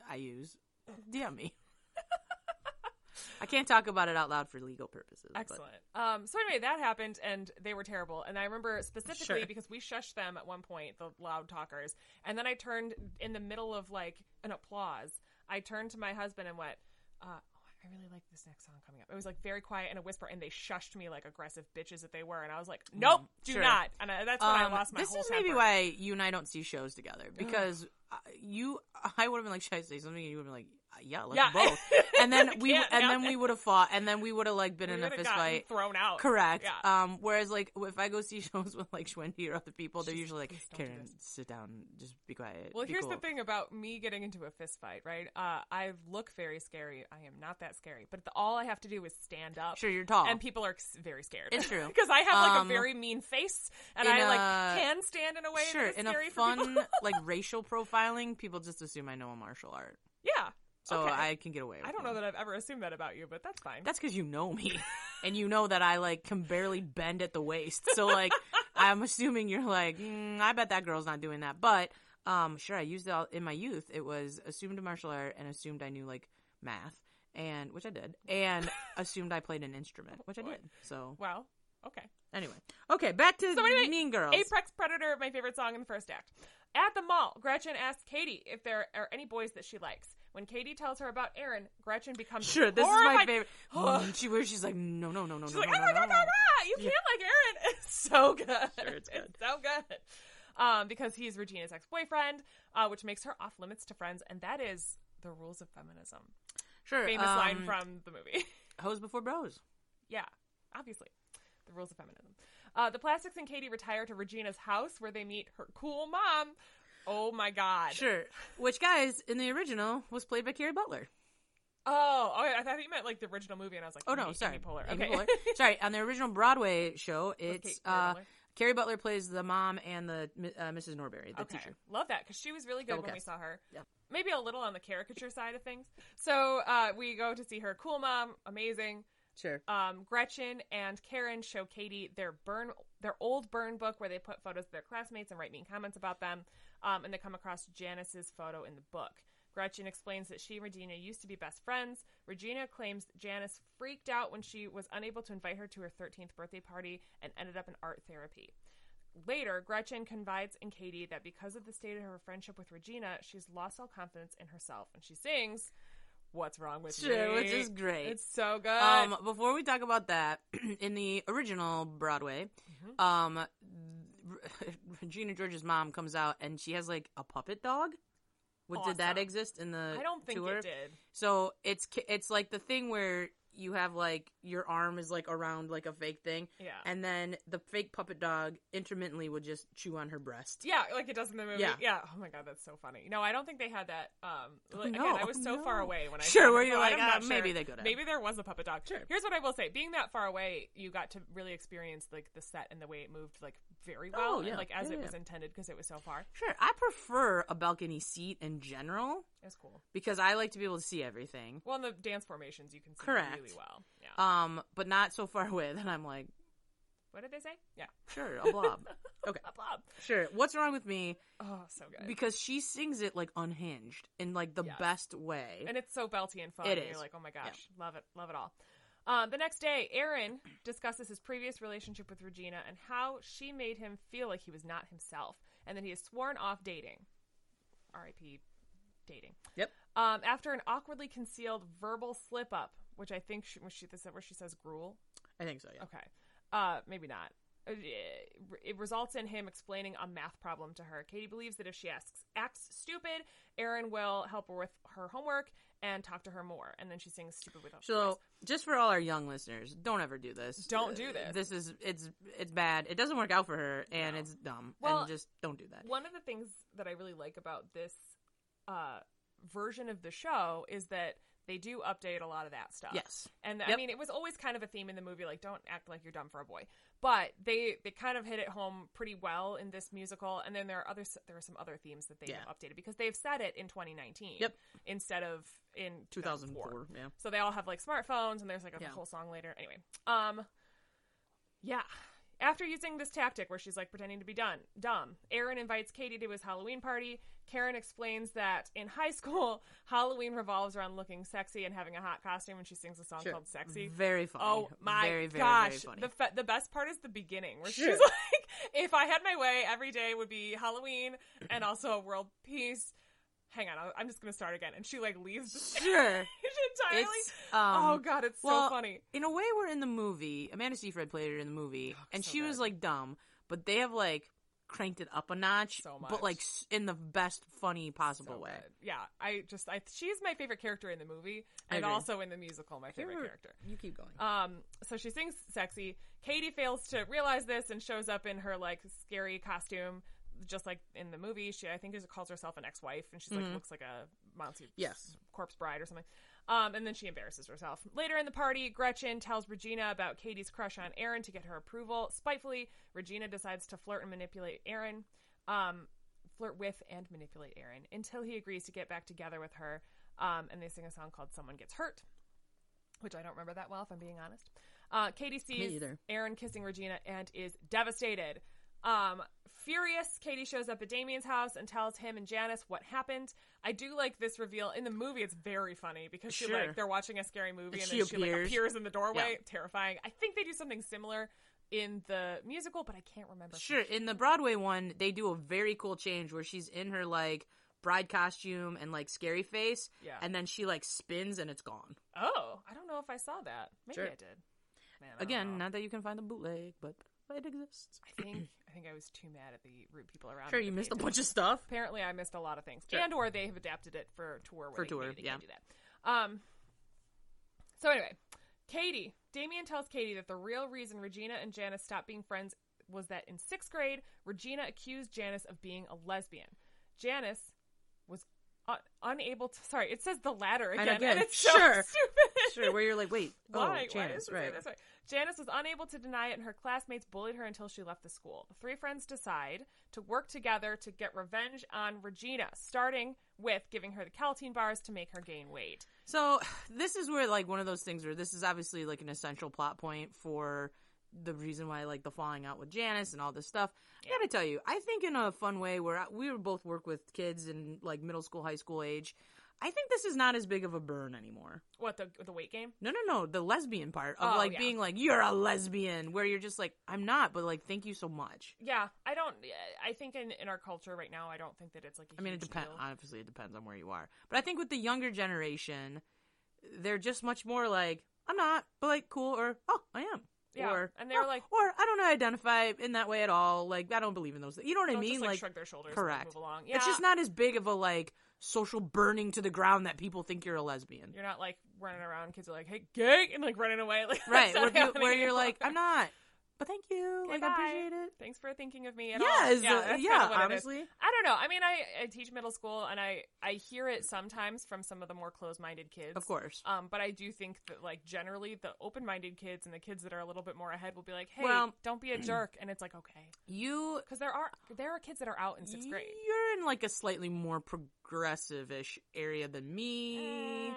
A: I use, DM me. <laughs> I can't talk about it out loud for legal purposes. but-
B: excellent. Um, so anyway, that happened, and they were terrible. And I remember specifically
A: Sure.
B: because we shushed them at one point, the loud talkers, and then I turned in the middle of like an applause. I turned to my husband and went, uh, "Oh, "I really like this next song coming up." It was like very quiet and a whisper, and they shushed me like aggressive bitches that they were, and I was like, "Nope, do
A: Mm, sure.
B: not." And I, that's when I
A: Um,
B: lost my
A: this
B: whole
A: is maybe
B: temper.
A: why you and I don't see shows together because uh, you, I would have been like, should I say something? And you would have been like, uh, yeah, let's
B: Yeah. <laughs>
A: both. And then we,
B: Can't
A: and then
B: happen.
A: we would have fought, and then we would have like been
B: We
A: in a
B: would've
A: fist
B: gotten
A: fight.
B: thrown out.
A: Correct.
B: Yeah.
A: Um, whereas, like, if I go see <laughs> shows with like Schwendy or other people, they're
B: She's-
A: usually like,
B: "Please don't do
A: Karen,
B: this."
A: sit down, just be quiet.
B: Well,
A: be
B: here's
A: cool."
B: the thing about me getting into a fist fight, right? Uh, I look very scary. I am not that scary, but the, all I have to do is stand up.
A: Sure, you're tall.
B: And people are s- very scared. <laughs>
A: It's true.
B: because I have like a
A: Um,
B: very mean face, and
A: in
B: I like
A: a-
B: can stand in a way
A: sure,
B: that is
A: in
B: scary
A: a
B: for people. <laughs>
A: fun like racial profiling, people just assume I know a martial art,
B: yeah.
A: so
B: okay.
A: I can get away. With
B: I don't know that I've ever assumed that about you, but that's fine.
A: That's because you know
B: <laughs>
A: me, <laughs> and you know that I like can barely bend at the waist. So
B: <laughs>
A: like, I'm assuming you're like, mm, I bet that girl's not doing that. But um, sure, I used it all in my youth. It was assumed a martial art and assumed I knew like math, and which I did,
B: <laughs>
A: and assumed I played an instrument, which I
B: Boy.
A: did. So
B: well, okay.
A: anyway, okay, back to
B: So anyway,
A: Mean Girls.
B: Apex Predator, my favorite song in the first act. At the mall, Gretchen asks Katie if there are any boys that she likes. When Katie tells her about Aaron, Gretchen becomes
A: Sure, this is my
B: horrified- <gasps>
A: favorite. Mm, she where she's like, no, no, no, no,
B: She's
A: no,
B: like,
A: no,
B: oh my
A: no,
B: god,
A: no.
B: <laughs> god, god, you can't like Aaron. <laughs> It's so good.
A: Sure, it's good.
B: so good. Um, because he's Regina's ex-boyfriend, uh, which makes her off limits to friends, and that is the rules of feminism.
A: Sure,
B: Famous line
A: um,
B: from the movie. <laughs>
A: Hose Before Bros.
B: yeah, obviously, the rules of feminism. Uh, the Plastics and Katie retire to Regina's house where they meet her cool mom. Oh my god.
A: Sure. Which, guys, in the original was played by Carrie Butler.
B: Oh, okay. I thought you meant like the original movie, and I was like,
A: Oh no,
B: Amy-
A: sorry,
B: Amy Poehler.
A: Amy
B: okay. <laughs>
A: Poehler. sorry, on the original Broadway show,
B: With
A: it's
B: Kate
A: uh,
B: Poehler.
A: Carrie Butler plays the mom and the uh, Mrs. Norberry, the
B: okay.
A: teacher.
B: Love that because she was really good
A: Double
B: when we
A: cast.
B: saw her.
A: Yeah.
B: Maybe a little on the caricature side of things. So uh, we go to see her cool mom, amazing.
A: Sure.
B: Um, Gretchen and Karen show Katie their burn, their old burn book where they put photos of their classmates and write mean comments about them. Um, and they come across Janice's photo in the book. Gretchen explains that she and Regina used to be best friends. Regina claims Janice freaked out when she was unable to invite her to her 13th birthday party and ended up in art therapy. Later, Gretchen confides in Katie that because of the state of her friendship with Regina, she's lost all confidence in herself, and she sings "What's Wrong with
A: Sure,
B: Me,"
A: which is great.
B: It's so good.
A: Um, before we talk about that, <clears throat> in the original Broadway,
B: Mm-hmm.
A: um, <laughs> Regina George's mom comes out and she has like a puppet dog. What did that
B: Awesome.
A: exist in the?
B: I don't think
A: tour?
B: it did.
A: So it's ki- it's like the thing where you have like your arm is like around like a fake thing,
B: Yeah,
A: and then the fake puppet dog intermittently would just chew on her breast.
B: yeah, like it does in the movie. Yeah.
A: Yeah.
B: Oh my god, that's so funny. No, I don't think they had that. Um, like,
A: Oh, no.
B: again, I was so
A: No.
B: far away when I
A: Sure,
B: saw
A: where
B: it.
A: you're
B: No,
A: like,
B: I'm
A: ah,
B: not
A: maybe
B: sure.
A: they could have.
B: Maybe there was a puppet dog.
A: Sure.
B: Here's what I will say: being that far away, you got to really experience like the set and the way it moved, like very well,
A: Oh,
B: and,
A: yeah.
B: like as
A: Yeah,
B: it
A: yeah.
B: was intended because it was so far.
A: Sure, I prefer a balcony seat in general
B: It was cool.
A: because I like to be able to see everything.
B: Well, in the dance formations, you can see
A: Correct.
B: really well. Yeah.
A: Um, but not so far <laughs> away that I'm like,
B: what did they say? Yeah.
A: sure, a
B: <laughs>
A: blob. okay,
B: Up, up.
A: sure. What's wrong with me?
B: Oh, so good.
A: Because she sings it like unhinged in like the
B: Yes.
A: best way.
B: and it's so belty and fun.
A: It
B: and You're
A: is.
B: like, oh my gosh, love it, love it all. Um, the next day, Aaron discusses his previous relationship with Regina and how she made him feel like he was not himself, and that he has sworn off dating. R.I.P. Dating.
A: Yep.
B: Um, after an awkwardly concealed verbal slip up, which I think she, was she, this, where she says gruel.
A: I think so. Yeah.
B: Okay. Uh, maybe not. uh, it results in him explaining a math problem to her. Katie believes that if she asks acts stupid, Aaron will help her with her homework and talk to her more. And then she sings stupid without
A: So,
B: Words.
A: just for all our young listeners, don't ever do this.
B: Don't
A: Uh,
B: do this.
A: This is it's it's bad. It doesn't work out for her, and
B: No.
A: it's dumb.
B: Well,
A: and just don't do that.
B: One of the things that I really like about this uh, version of the show is that they do update a lot of that stuff.
A: Yes,
B: And I
A: Yep.
B: mean, it was always kind of a theme in the movie, like don't act like you're dumb for a boy. But they they kind of hit it home pretty well in this musical. And then there are other s- there are some other themes that they
A: Yeah.
B: have updated because they've said it in 2019
A: Yep.
B: instead of in
A: 2004.
B: 2004.
A: Yeah,
B: So they all have like smartphones, and there's like a
A: Yeah.
B: whole song later. Anyway, um, yeah. After using this tactic where she's like pretending to be done dumb, Aaron invites Katie to his Halloween party. Karen explains that in high <laughs> school, Halloween revolves around looking sexy and having a hot costume, and she sings a song
A: Sure. Mm-hmm.
B: called "Sexy."
A: very funny.
B: Oh my
A: very, very,
B: gosh!
A: very funny. <laughs>
B: The fa- the best part is the beginning where
A: Sure.
B: she's <laughs> like, "If I had my way, every day would be Halloween and also world peace." Hang on, I- I'm just gonna start again, and she like leaves the <laughs> stage
A: sure,
B: entirely.
A: it's um,
B: oh god, it's
A: well,
B: so funny.
A: in a way we're in the movie amanda seyfried played her in the movie
B: Oh,
A: and
B: so
A: she was
B: good.
A: like dumb but they have like cranked it up a notch
B: So
A: but like
B: much.
A: s- in the best funny
B: So
A: possible way
B: good. Yeah, I just I she's my favorite character in the movie
A: I
B: and
A: agree.
B: also in the musical, my favorite
A: Favorite-
B: character.
A: you keep going
B: Um, so she sings sexy. Katie fails to realize this and shows up in her like scary costume, just like in the movie. She I think is calls herself an ex-wife, and she's like
A: Mhm.
B: looks like a Monty
A: Yes.
B: corpse bride or something. Um, and then she embarrasses herself. Later in the party, Gretchen tells Regina about Katie's crush on Aaron to get her approval. Spitefully, Regina decides to flirt and manipulate Aaron. Um, flirt with and manipulate Aaron until he agrees to get back together with her. Um, and they sing a song called "Someone Gets Hurt," which I don't remember that well, if I'm being honest. Uh, Katie sees
A: either.
B: Aaron kissing Regina and is devastated. Um, furious, Katie shows up at Damien's house and tells him and Janice what happened. I do like this reveal in the movie. It's very funny because she
A: Sure.
B: like they're watching a scary movie and,
A: And she
B: then she like
A: appears.
B: appears in the doorway, terrifying. I think they do something similar in the musical, but I can't remember.
A: sure in the broadway one they do a very cool change where she's in her like bride costume and like scary face
B: Yeah.
A: and then she like spins and it's gone
B: Oh, I don't know if I saw that. Maybe
A: Sure.
B: I did. Man, I don't
A: again
B: know.
A: not that you can find the bootleg but it exists
B: I think I think I was too mad at the rude people around.
A: sure
B: me
A: you
B: to
A: missed
B: pay
A: a bunch of stuff
B: apparently I missed a lot of things,
A: Sure.
B: and or they have adapted it for tour. Where
A: For
B: they,
A: tour,
B: maybe they
A: yeah.
B: can do that. Um. So anyway, Katie, Damien tells Katie that the real reason Regina and Janice stopped being friends was that in sixth grade, Regina accused Janice of being a lesbian. Janice was uh, unable to. Sorry, it says the latter
A: And
B: again, and,
A: again,
B: it's so
A: sure.
B: stupid.
A: sure where you're like wait oh
B: <laughs> Why? Why
A: chance
B: is it
A: right
B: this way? Janice was unable to deny it, and her classmates bullied her until she left the school. The three friends decide to work together to get revenge on Regina, starting with giving her the calcium bars to make her gain weight.
A: So <sighs> this is where like one of those things where this is obviously like an essential plot point for the reason why like the falling out with Janice and all this stuff. I gotta tell you, I think in a fun way where I, we both work with kids in like middle school, high school age, I think this is not as big of a burn anymore.
B: What the the weight gain?
A: No, no, no, the lesbian part of
B: Oh,
A: like
B: yeah.
A: being like you're a lesbian, where you're just like I'm not, but like thank you so much.
B: Yeah, I don't. I think in, in our culture right now, I don't think that it's like.
A: I
B: I
A: mean, it depends. Obviously, it depends on where you are. But I think with the younger generation, they're just much more like, I'm not, but like, cool, or oh, I am.
B: Yeah,
A: Or,
B: and they're
A: "Oh," <laughs>
B: like-
A: or I don't identify in that way at all. Like, I don't believe in those. Things. You know what I
B: Don't
A: mean?
B: just, like,
A: like,
B: shrug their shoulders.
A: correct.
B: And move along. Yeah,
A: it's just not as big of a like social burning to the ground that people think you're a
B: <laughs>
A: lesbian,
B: You're not like running around. Kids are like, "Hey, gay," and like running away. <laughs> Like,
A: right?
B: that's
A: Where,
B: not
A: you-
B: happening
A: where you're
B: anymore.
A: like, I'm not, but thank you.
B: Okay,
A: like,
B: bye.
A: I appreciate it.
B: Thanks for thinking of me. At
A: Yeah,
B: all.
A: is the-
B: that's
A: yeah,
B: kinda what it is.
A: honestly.
B: I don't know. I mean, I, I teach middle school, and I I hear it sometimes from some of the more closed-minded kids.
A: Of course.
B: Um, but I do think that like generally the open-minded kids and the kids that are a little bit more ahead will be like, "Hey,
A: Well-
B: don't be a jerk," and it's like, okay,
A: You
B: because there are there are kids that are out in sixth grade.
A: You're in like a slightly more progressive-ish area than me.
B: Mm,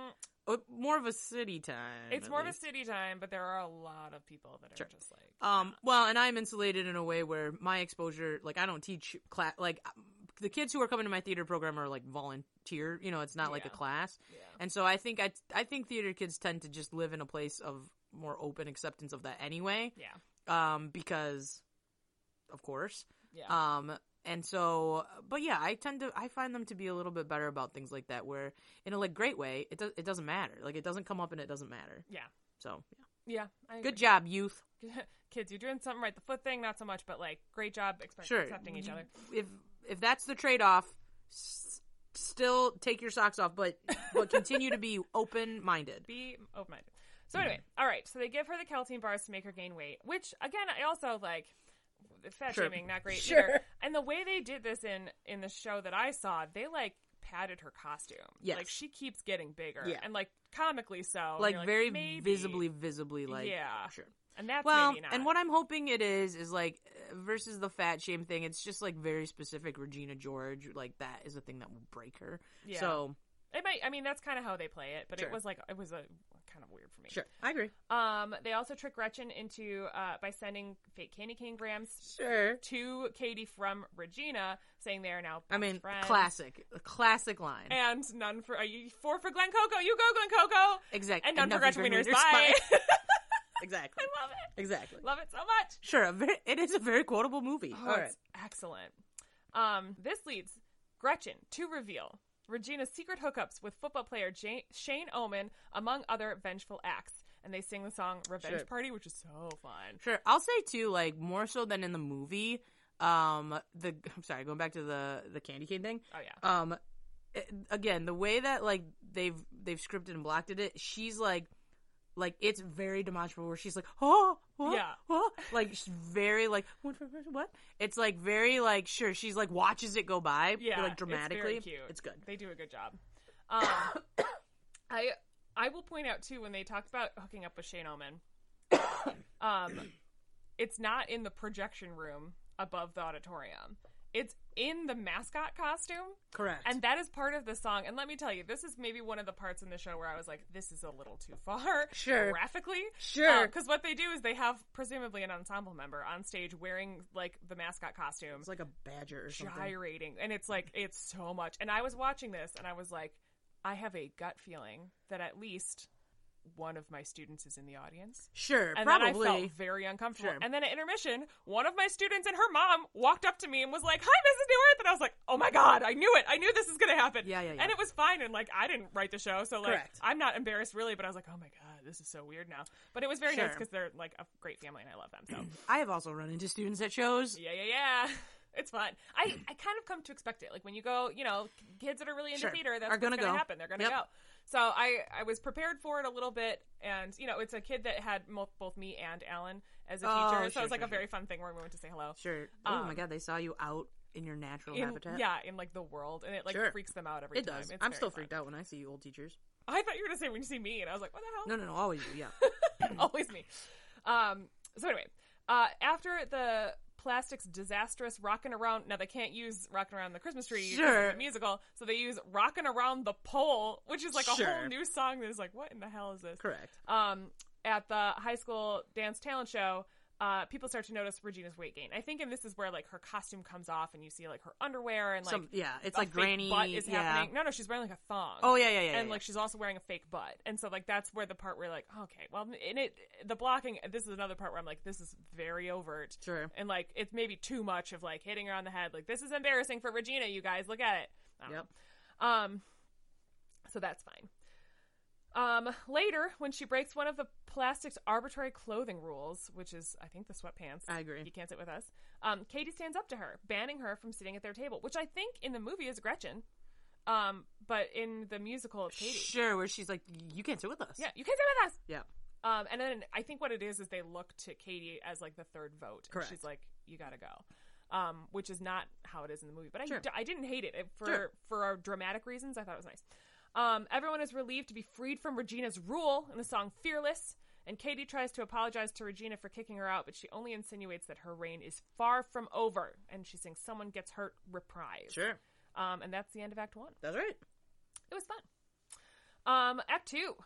A: Uh, more of a city time.
B: it's
A: at
B: more of a
A: least.
B: city time, but there are a lot of people that are
A: Sure.
B: just like,
A: Um, well, and I'm insulated in a way where my exposure, like, I don't teach class. Like, the kids who are coming to my theater program are like volunteer. You know, it's not like a
B: Yeah.
A: class.
B: yeah.
A: And so I think I, I think theater kids tend to just live in a place of more open acceptance of that anyway.
B: yeah,
A: Um, because, of course.
B: yeah.
A: Um, and so, but yeah, I tend to, I find them to be a little bit better about things like that, where in a like great way, it does, it doesn't matter. Like it doesn't come up and it doesn't matter.
B: Yeah.
A: So
B: Yeah. I
A: Good job, youth.
B: agree. Kids, you're doing something right. The foot thing, not so much, but like, great job expect-
A: Sure. Mm-hmm.
B: accepting each
A: You-
B: other.
A: If if that's the trade off, s- still take your socks off, but but continue to
B: <laughs>
A: be open minded.
B: Be open minded. So anyway,
A: Mm-hmm.
B: all right. So they give her the Keltine bars to make her gain weight, which again, I also like fat
A: Sure.
B: shaming, not great
C: Sure.
B: either. And the way they did this in in the show that I saw, they like padded her costume.
A: Yes.
B: like she keeps getting bigger,
A: Yeah.
B: and like comically so, And
A: Like,
B: you're
A: very
B: maybe.
A: visibly, visibly, like
B: Yeah.
A: Sure.
B: And that's
A: Well,
B: maybe not.
A: and what I'm hoping it is is like uh, versus the fat shame thing. It's just like very specific. Regina George, like that is the thing that will break her.
B: Yeah.
A: So
B: It might. I mean, that's kind of how they play it, but
A: Sure.
B: it was like it was a kind of weird for me.
A: I agree.
B: Um, they also trick Gretchen into uh, by sending fake candy cane grams
A: Sure.
B: to Katie from Regina, saying they are now.
A: I mean,
B: friends.
A: classic, a classic line.
B: And none for uh, you, four for Glen Coco. You go, Glen Coco.
A: exactly.
B: And none for Gretchen
A: <laughs>
B: Wieners. Bye. <laughs>
A: exactly.
B: I <laughs> love it.
A: Exactly.
B: Love it so much.
A: Sure. A very, it is a very quotable movie.
B: Oh, it's excellent. Um, this leads Gretchen to reveal Regina's secret hookups with football player Ja Shane Omen, among other vengeful acts. And they sing the song Revenge
A: Sure.
B: Party, which is so fun.
A: Sure. I'll say too, like more so than in the movie. Um, the <laughs> I'm sorry, going back to the the candy cane thing.
B: Oh, yeah.
A: Um, it- again, the way that like they've they've scripted and blocked it, she's like, like it's very demonstrable. Where she's like, oh, what,
B: Yeah.
A: what? like she's very like what, what, what? It's like very like sure. She's like watches it go by,
B: Yeah.
A: like dramatically.
B: It's, very cute.
A: It's good.
B: They do a good job. Um, <coughs> I I will point out, too, when they talked about hooking up with Shane Omen, <coughs> um, it's not in the projection room above the auditorium, it's in the mascot costume.
A: Correct.
B: And that is part of the song. And let me tell you, this is maybe one of the parts in the show where I was like, this is a little too far. <laughs>
A: Sure.
B: Graphically.
A: Sure.
B: Because what they do is they have presumably an ensemble member on stage wearing like the mascot costume,
A: it's like a badger or something.
B: gyrating. And it's like, it's so much. And I was watching this and I was like, I have a gut feeling that at least one of my students is in the audience.
A: Sure,
B: And
A: probably.
B: then I felt very uncomfortable.
A: Sure.
B: And then at intermission, one of my students and her mom walked up to me and was like, "Hi, Mrs. New Earth," and I was like, "Oh my god, I knew it! I knew this is gonna happen."
A: Yeah, yeah, yeah.
B: And it was fine, and like I didn't write the show, so like
A: Correct.
B: I'm not embarrassed really. But I was like, "Oh my god, this is so weird now." But it was very nice
A: Sure.
B: because they're like a great family, and I love them. So
A: I have also run into students at shows.
B: yeah, yeah, <laughs> yeah. It's fun. I, I kind of come to expect it. Like when you go, you know, kids that are really into
A: Sure.
B: theater, that's
A: Are gonna
B: what's gonna
A: go.
B: happen. They're gonna
A: Yep.
B: go. So I, I was prepared for it a little bit, and you know, it's a kid that had mo- both me and Alan as a
A: Oh,
B: teacher, so
A: sure,
B: it was like
A: sure,
B: a very fun thing where we went to say hello.
A: Sure. Oh my
B: Um,
A: god, they saw you out in your natural
B: In-
A: habitat.
B: yeah, in like the world, and it like
A: Sure.
B: freaks them out every
A: it
B: time.
A: does.
B: It's
A: I'm
B: very
A: still
B: fun.
A: freaked out when I see old teachers.
B: I thought you were gonna say when you see me, and I was like, what the hell?
A: No, no, no, always you.
B: <laughs>
A: Yeah.
B: always me. Um, so anyway, uh, after the plastics disastrous rocking around now they can't use rocking around the christmas tree 'cause
A: Sure.
B: it's a musical so they use rocking around the pole which is like a
A: Sure.
B: whole new song that is like what in the hell is this
A: Correct.
B: um, at the high school dance talent show, uh, people start to notice Regina's weight gain. I think, and this is where like her costume comes off, and you see like her underwear and like
A: Some, yeah, it's
B: a
A: like
B: fake
A: granny.
B: butt is
A: yeah.
B: happening. No, no, she's wearing like a thong.
A: Oh yeah, yeah, yeah.
B: and
A: yeah,
B: like she's also wearing a fake butt, and so like that's where the part where like okay, well, in it the blocking. This is another part where I'm like, this is very overt,
A: yeah. sure.
B: and like it's maybe too much of like hitting her on the head. Like this is embarrassing for Regina. You guys, look at it. I don't know.
A: Yep.
B: Um, so that's fine. Um, later, when she breaks one of the plastic's arbitrary clothing rules, which is, I think, the sweatpants.
A: I agree.
B: You can't sit with us. Um, Katie stands up to her, banning her from sitting at their table, which I think in the movie is Gretchen, um, but in the musical, it's Katie.
A: Sure, where she's like, you can't sit with us.
B: Yeah, you can't sit with us.
A: Yeah.
B: Um, and then I think what it is is they look to Katie as like the third vote. And
A: Correct.
B: She's like, you gotta go, um, which is not how it is in the movie. But I,
A: Sure.
B: I didn't hate it It- for
A: Sure.
B: for our dramatic reasons. I thought it was nice. Um, everyone is relieved to be freed from Regina's rule in the song "Fearless." And Katie tries to apologize to Regina for kicking her out, but she only insinuates that her reign is far from over. And she sings "Someone Gets Hurt" reprise.
A: Sure.
B: Um, and that's the end of Act One.
A: That's right.
B: It was fun. Um, Act two.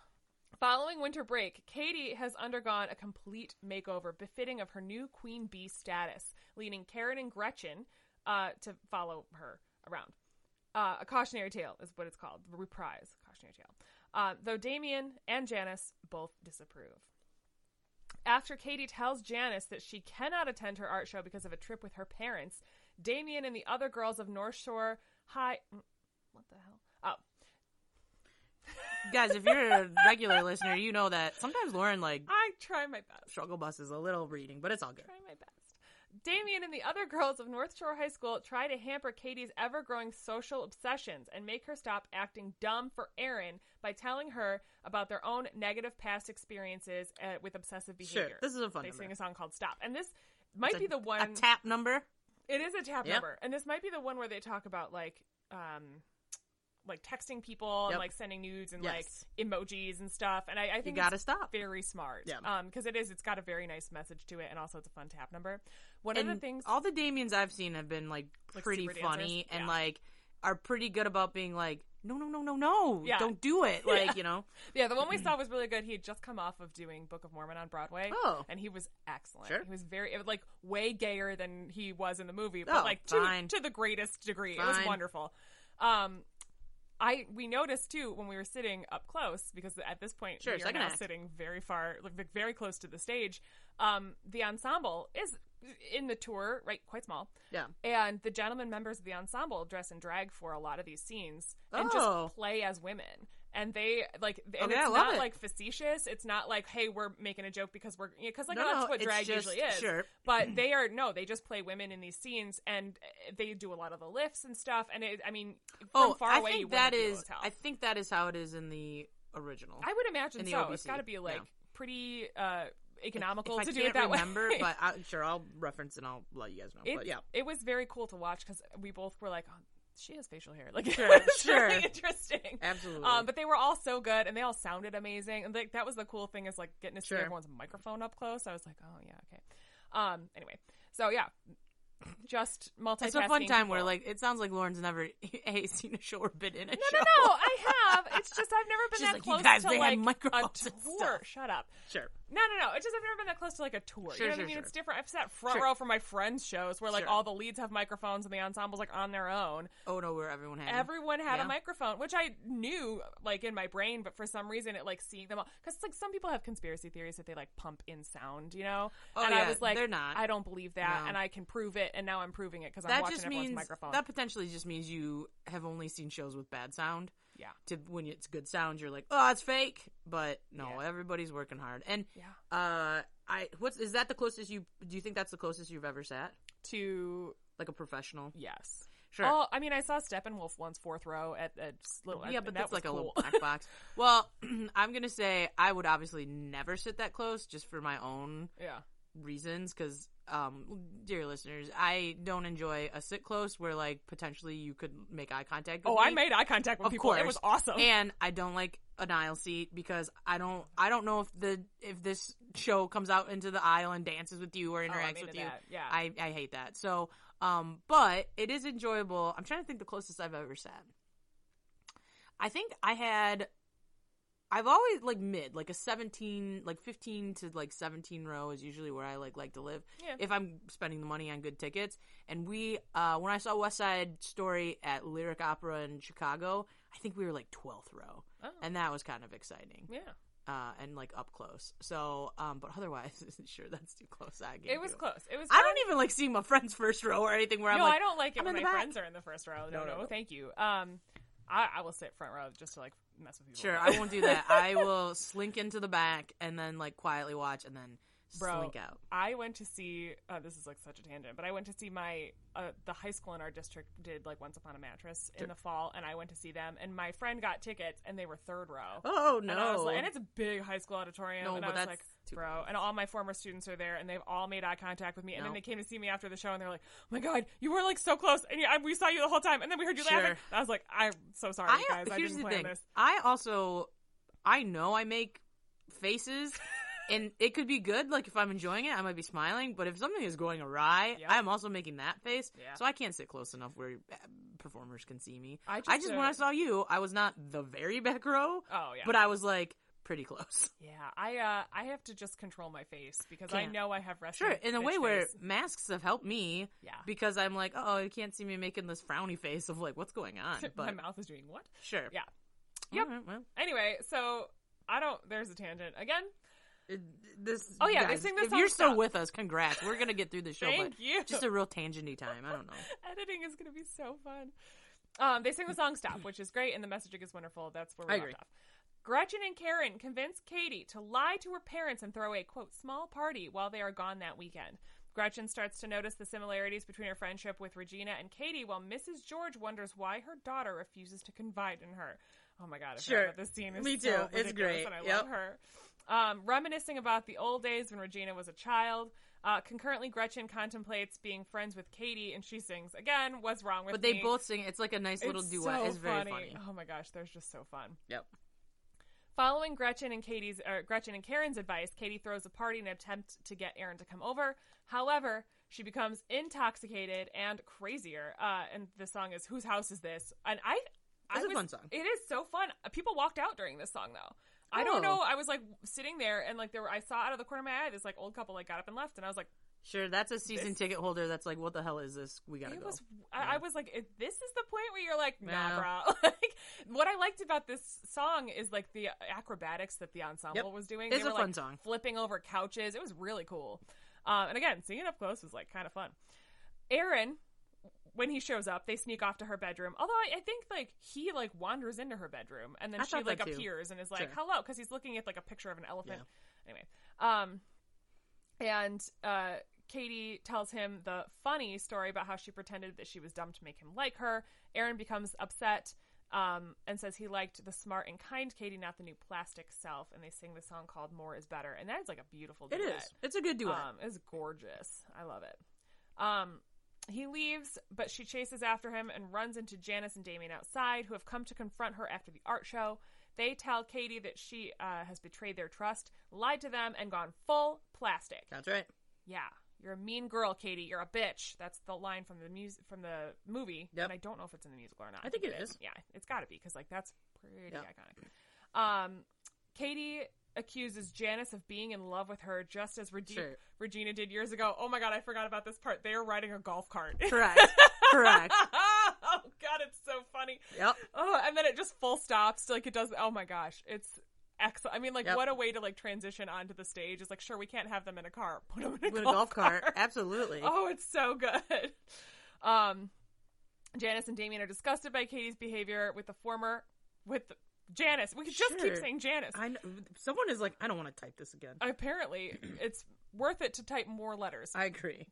B: Following winter break, Katie has undergone a complete makeover befitting of her new queen bee status, leading Karen and Gretchen uh, to follow her around. Uh, a cautionary tale is what it's called. The reprise, cautionary tale. Uh, though Damien and Janice both disapprove. After Katie tells Janice that she cannot attend her art show because of a trip with her parents, Damien and the other mm, girls of North Shore High. What the hell? Oh,
A: Guys, if you're a regular listener, you know that sometimes Lauren like
B: I try my best.
A: struggle buses a little reading, but it's all good.
B: Try my best. Damien and the other girls of North Shore High School try to hamper Katie's ever growing social obsessions and make her stop acting dumb for Aaron by telling her about their own negative past experiences uh, with obsessive
A: Sure,
B: behavior.
A: this is a fun
B: they
A: number.
B: sing a song called Stop. And this might
A: It's
B: be the one.
A: a tap number.
B: It is a tap
A: Yep.
B: number, and this might be the one where they talk about like, um, like texting people and
A: Yep.
B: like sending nudes and
A: Yes.
B: like emojis and stuff. And I, I
A: You
B: think
A: gotta
B: it's
A: stop.
B: very smart,
A: Yeah.
B: because it is. It's got a very nice message to it, and also it's a fun tap number. One
A: and
B: of the things,
A: all the Damien's I've seen have been like
B: Like
A: pretty
B: super
A: funny
B: dancers?
A: and
B: Yeah.
A: like are pretty good about being like, no, no, no, no, no,
B: Yeah.
A: don't do
B: <laughs>
A: it. Like you know,
B: yeah, the one we saw was really good. He had just come off of doing Book of Mormon on Broadway.
A: oh,
B: And he was excellent.
A: Sure.
B: He was very it was, like way gayer than he was in the movie,
A: Oh,
B: but like to,
A: fine.
B: to the greatest degree. It was
A: Fine.
B: wonderful. Um, I we noticed too when we were sitting up close because at this point
A: Sure,
B: we are
A: second
B: now
A: act.
B: sitting very far, like, very close to the stage. Um, the ensemble is in the tour, right? Quite small.
A: yeah,
B: And the gentlemen members of the ensemble dress in drag for a lot of these scenes and
A: Oh.
B: just play as women. And they like, th- and
A: Okay, I
B: it's
A: love
B: not
A: it.
B: like facetious. It's not like, hey, we're making a joke because we're because like
A: no,
B: that's
A: no,
B: what
A: it's
B: drag
A: just-
B: usually is.
A: Sure, Mm.
B: But they are no, they just play women in these scenes, and uh, they do a lot of the lifts and stuff. And it, I mean, from
A: oh,
B: far
A: I
B: away,
A: think
B: you wouldn't
A: that
B: be able
A: is,
B: to tell.
A: I think that is how it is in the original.
B: I would imagine
A: in the
B: so.
A: OBC,
B: It's got to be like
A: yeah.
B: pretty uh, economical
A: if I
B: to do
A: can't
B: it that <laughs>
A: remember,
B: way.
A: but I, sure, I'll reference and I'll let you guys know.
B: it,
A: but yeah,
B: it was very cool to watch because we both were like, oh, she has facial hair. Like, <laughs>
A: Sure,
B: it's really
A: sure.
B: interesting.
A: absolutely.
B: Um, but they were all so good, and they all sounded amazing. And like that was the cool thing is like getting to see
A: Sure.
B: everyone's microphone up close. I was like, oh yeah, okay. Um, anyway, so yeah, just multitasking.
A: it's a fun time where
B: people.
A: like it sounds like Lauren's never <laughs> a seen a show or been in a
B: No,
A: show.
B: no, no, I have. It's just I've never been
A: She's
B: that
A: like, "You
B: close
A: guys,
B: to
A: they had
B: like
A: microphones
B: a
A: and
B: tour.
A: stuff.
B: Shut up.
A: Sure,
B: No, no, no. It's just I've never been that close to like a tour.
A: Sure,
B: you know what I
A: sure,
B: mean?
A: sure.
B: It's different. I've sat front
A: Sure.
B: row for my friends' shows where like
A: Sure.
B: all the leads have microphones and the ensembles like on their own.
A: oh no, where everyone had
B: Everyone had a
A: Yeah.
B: microphone, which I knew like in my brain, but for some reason it like seeing them all because like some people have conspiracy theories that they like pump in sound, you know.
A: Oh,
B: and I
A: yeah,
B: was like,
A: they're not.
B: I don't believe that,
A: No.
B: and I can prove it, and now I'm proving it because I'm
A: that
B: watching
A: just
B: everyone's
A: means
B: microphone.
A: that potentially just means you have only seen shows with bad sound.
B: Yeah.
A: To when it's good sound, you're like, oh, it's fake. But no,
B: Yeah.
A: everybody's working hard. And
B: yeah.
A: uh, I what's is that the closest you? Do you think that's the closest you've ever sat?
B: To
A: Like a professional?
B: yes.
A: Sure.
B: Oh, I mean, I saw Steppenwolf once fourth row at a little.
A: yeah,
B: and
A: but
B: that
A: that's
B: was
A: like a little
B: cool.
A: black box. Well, <clears throat> I'm gonna say I would obviously never sit that close, just for my own
B: <laughs> yeah.
A: reasons because um dear listeners i don't enjoy a sit close where like potentially you could make eye contact with
B: Oh, I
A: me.
B: made eye contact with
A: Of
B: people. It
A: course.
B: was awesome.
A: and i don't like an aisle seat because i don't i don't know if the if this show comes out into the aisle and dances with you or
B: Oh, I'm
A: interacts
B: into
A: with you
B: that. Yeah.
A: i i hate that so um but it is enjoyable i'm trying to think the closest i've ever sat i think i had I've always like mid, like a seventeen, like fifteen to like seventeen row is usually where I like like to live
B: yeah.
A: if I'm spending the money on good tickets. And we, uh, when I saw West Side Story at Lyric Opera in Chicago, I think we were like 12th row,
B: Oh,
A: and that was kind of exciting,
B: yeah.
A: uh, and like up close. So, um, but otherwise, <laughs> sure, that's too close. I can't
B: It was
A: do
B: close. It was.
A: I
B: fun.
A: don't even like seeing my friends first row or anything where I'm
B: no,
A: like,
B: I don't like it
A: I'm
B: when
A: in
B: my
A: the back.
B: friends are in the first row. No,
A: No,
B: no,
A: no, no.
B: thank you. Um, I, I will sit front row just to like mess with people.
A: sure,
B: <laughs> but-
A: I won't do that. I will slink into the back and then like quietly watch and then
B: Bro.
A: slink out.
B: I went to see. Uh, this is like such a tangent, but I went to see my uh, the high school in our district did like Once Upon a Mattress in the fall, and I went to see them. And my friend got tickets, and they were third row.
A: Oh no!
B: And, I was like, and it's a big high school auditorium.
A: No,
B: and I
A: but
B: was
A: that's
B: like,
A: too
B: bro.
A: close.
B: And all my former students are there, and they've all made eye contact with me. And then
A: No.
B: they came to see me after the show, and they're like, oh my God, you were like so close. And yeah, we saw you the whole time. And then we heard you
A: Sure.
B: laughing. And I was like, I'm so sorry, you guys. I
A: here's
B: didn't
A: the
B: plan
A: thing.
B: this.
A: I also, I know I make
B: <laughs>
A: faces, and it could be good. Like if I'm enjoying it, I might be smiling. But if something is going awry,
B: Yep.
A: I'm also making that face.
B: Yeah.
A: So I can't sit close enough where uh, performers can see me.
B: I
A: I just
B: uh,
A: when I saw you, I was not the very back row,
B: Oh, yeah.
A: but I was like pretty close.
B: <laughs> yeah, I uh, I have to just control my face because I
A: Can't.
B: know I have resting.
A: Sure, in a
B: bitch
A: way where
B: face.
A: masks have helped me
B: Yeah.
A: because I'm like, oh, you can't see me making this frowny face of like, what's going on?
B: <laughs> my
A: But
B: mouth is doing what?
A: sure,
B: Yeah. Yep.
A: All right, well,
B: Anyway, so I don't. There's a tangent again.
A: It- this
B: Oh, yeah, they
A: guys,
B: sing this
A: if
B: song
A: you're
B: to
A: still
B: stop.
A: with us congrats we're gonna get through the show
B: Thank you.
A: but just a real tangenty time i don't
B: <laughs>
A: know
B: Editing is going to be so fun. Um, they sing the song "Stop," which is great, and the messaging is wonderful. That's where we
A: I
B: left
A: agree.
B: off. Gretchen and Karen convince Katie to lie to her parents and throw a quote small party while they are gone that weekend. Gretchen starts to notice the similarities between her friendship with Regina and Katie, while Mrs. George wonders why her daughter refuses to confide in her. Oh my god! I
A: Sure.
B: forgot about this scene is
A: Me
B: so
A: too. It's
B: ridiculous,
A: great.
B: and I
A: Yep.
B: love her. Um, reminiscing about the old days when Regina was a child. Uh, concurrently, Gretchen contemplates being friends with Katie, and she sings again. What's wrong with
A: But they
B: me?"
A: both sing. It's like a nice little
B: It's
A: duet.
B: so
A: it's very funny.
B: Oh my gosh, they're just so fun.
A: Yep.
B: Following Gretchen and Katie's or Gretchen and Karen's advice, Katie throws a party in an attempt to get Aaron to come over. However, she becomes intoxicated and crazier. Uh, and the song is "Whose House Is This?" And I, I
A: That's a
B: was,
A: fun song.
B: It is so fun. People walked out during this song though. I don't
A: Oh.
B: know. I was like sitting there and like there were. I saw out of the corner of my eye this like old couple like got up and left, and I was like,
A: Sure, that's a season
B: This-
A: ticket holder. That's like, what the hell is this? We gotta
B: it
A: go.
B: was.
A: Yeah.
B: I, I was like, if this is the point where you're like, nah,
A: Yeah.
B: bro. <laughs> like, what I liked about this song is like the acrobatics that the ensemble
A: Yep.
B: was doing.
A: It's
B: they
A: a
B: were
A: fun
B: like
A: song.
B: flipping over couches. It was really cool. Um, and again, seeing it up close was like kind of fun. Aaron, when he shows up, they sneak off to her bedroom. Although I, I think like he like wanders into her bedroom and then
A: I
B: she
A: thought that
B: like
A: too.
B: appears and is like,
A: Sure.
B: "Hello," because he's looking at like a picture of an elephant. Anyway, um, and uh, Katie tells him the funny story about how she pretended that she was dumb to make him like her. Aaron becomes upset um, and says he liked the smart and kind Katie, not the new plastic self. And they sing the song called "More Is Better," and that is like a beautiful.
A: It
B: duet.
A: is. It's a good duet.
B: Um, it's gorgeous. I love it. Um, he leaves, but she chases after him and runs into Janice and Damien outside, who have come to confront her after the art show. They tell Katie that she uh, has betrayed their trust, lied to them, and gone full plastic.
A: that's right.
B: Yeah, you're a mean girl, Katie. You're a bitch. That's the line from the mus from the movie.
A: Yep.
B: And I don't know if it's in the musical or not.
A: I think it is.
B: Yeah, it's got to be because like that's pretty
A: Yeah.
B: iconic. Um, Katie accuses Janice of being in love with her, just as Regi- <laughs>
A: Sure.
B: Regina did years ago. Oh my god, I forgot about this part. They are riding a golf cart.
A: Correct.
B: <laughs>
A: Correct.
B: oh god, it's so funny.
A: Yep.
B: Oh, and then it just full stops. Like it does. Oh my gosh, it's excellent. I mean, like
A: Yep.
B: what a way to like transition onto the stage. It's like sure we can't have them in a car. Put them in a
A: With a
B: golf,
A: golf cart. Absolutely.
B: <laughs> Oh, it's so good. Um, Janice and Damien are disgusted by Katie's behavior with the former with the, Janice. We could just keep
A: Sure.
B: saying Janice.
A: I know, someone is like, I don't want to type this again.
B: Apparently, it's worth it to type more letters.
A: I agree.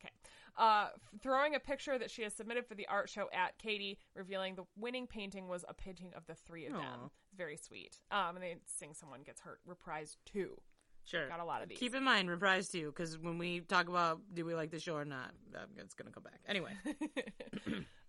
B: uh, f- throwing a picture that she has submitted for the art show at Katie, revealing the winning painting was a painting of the three of them.
A: Aw.
B: It's very sweet. Um, and they sing "Someone Gets Hurt" reprise two.
A: Sure.
B: Got a lot of these.
A: Keep in mind, reprise too, because when we talk about do we like the show or not, um, it's gonna come back
B: <laughs>
A: anyway.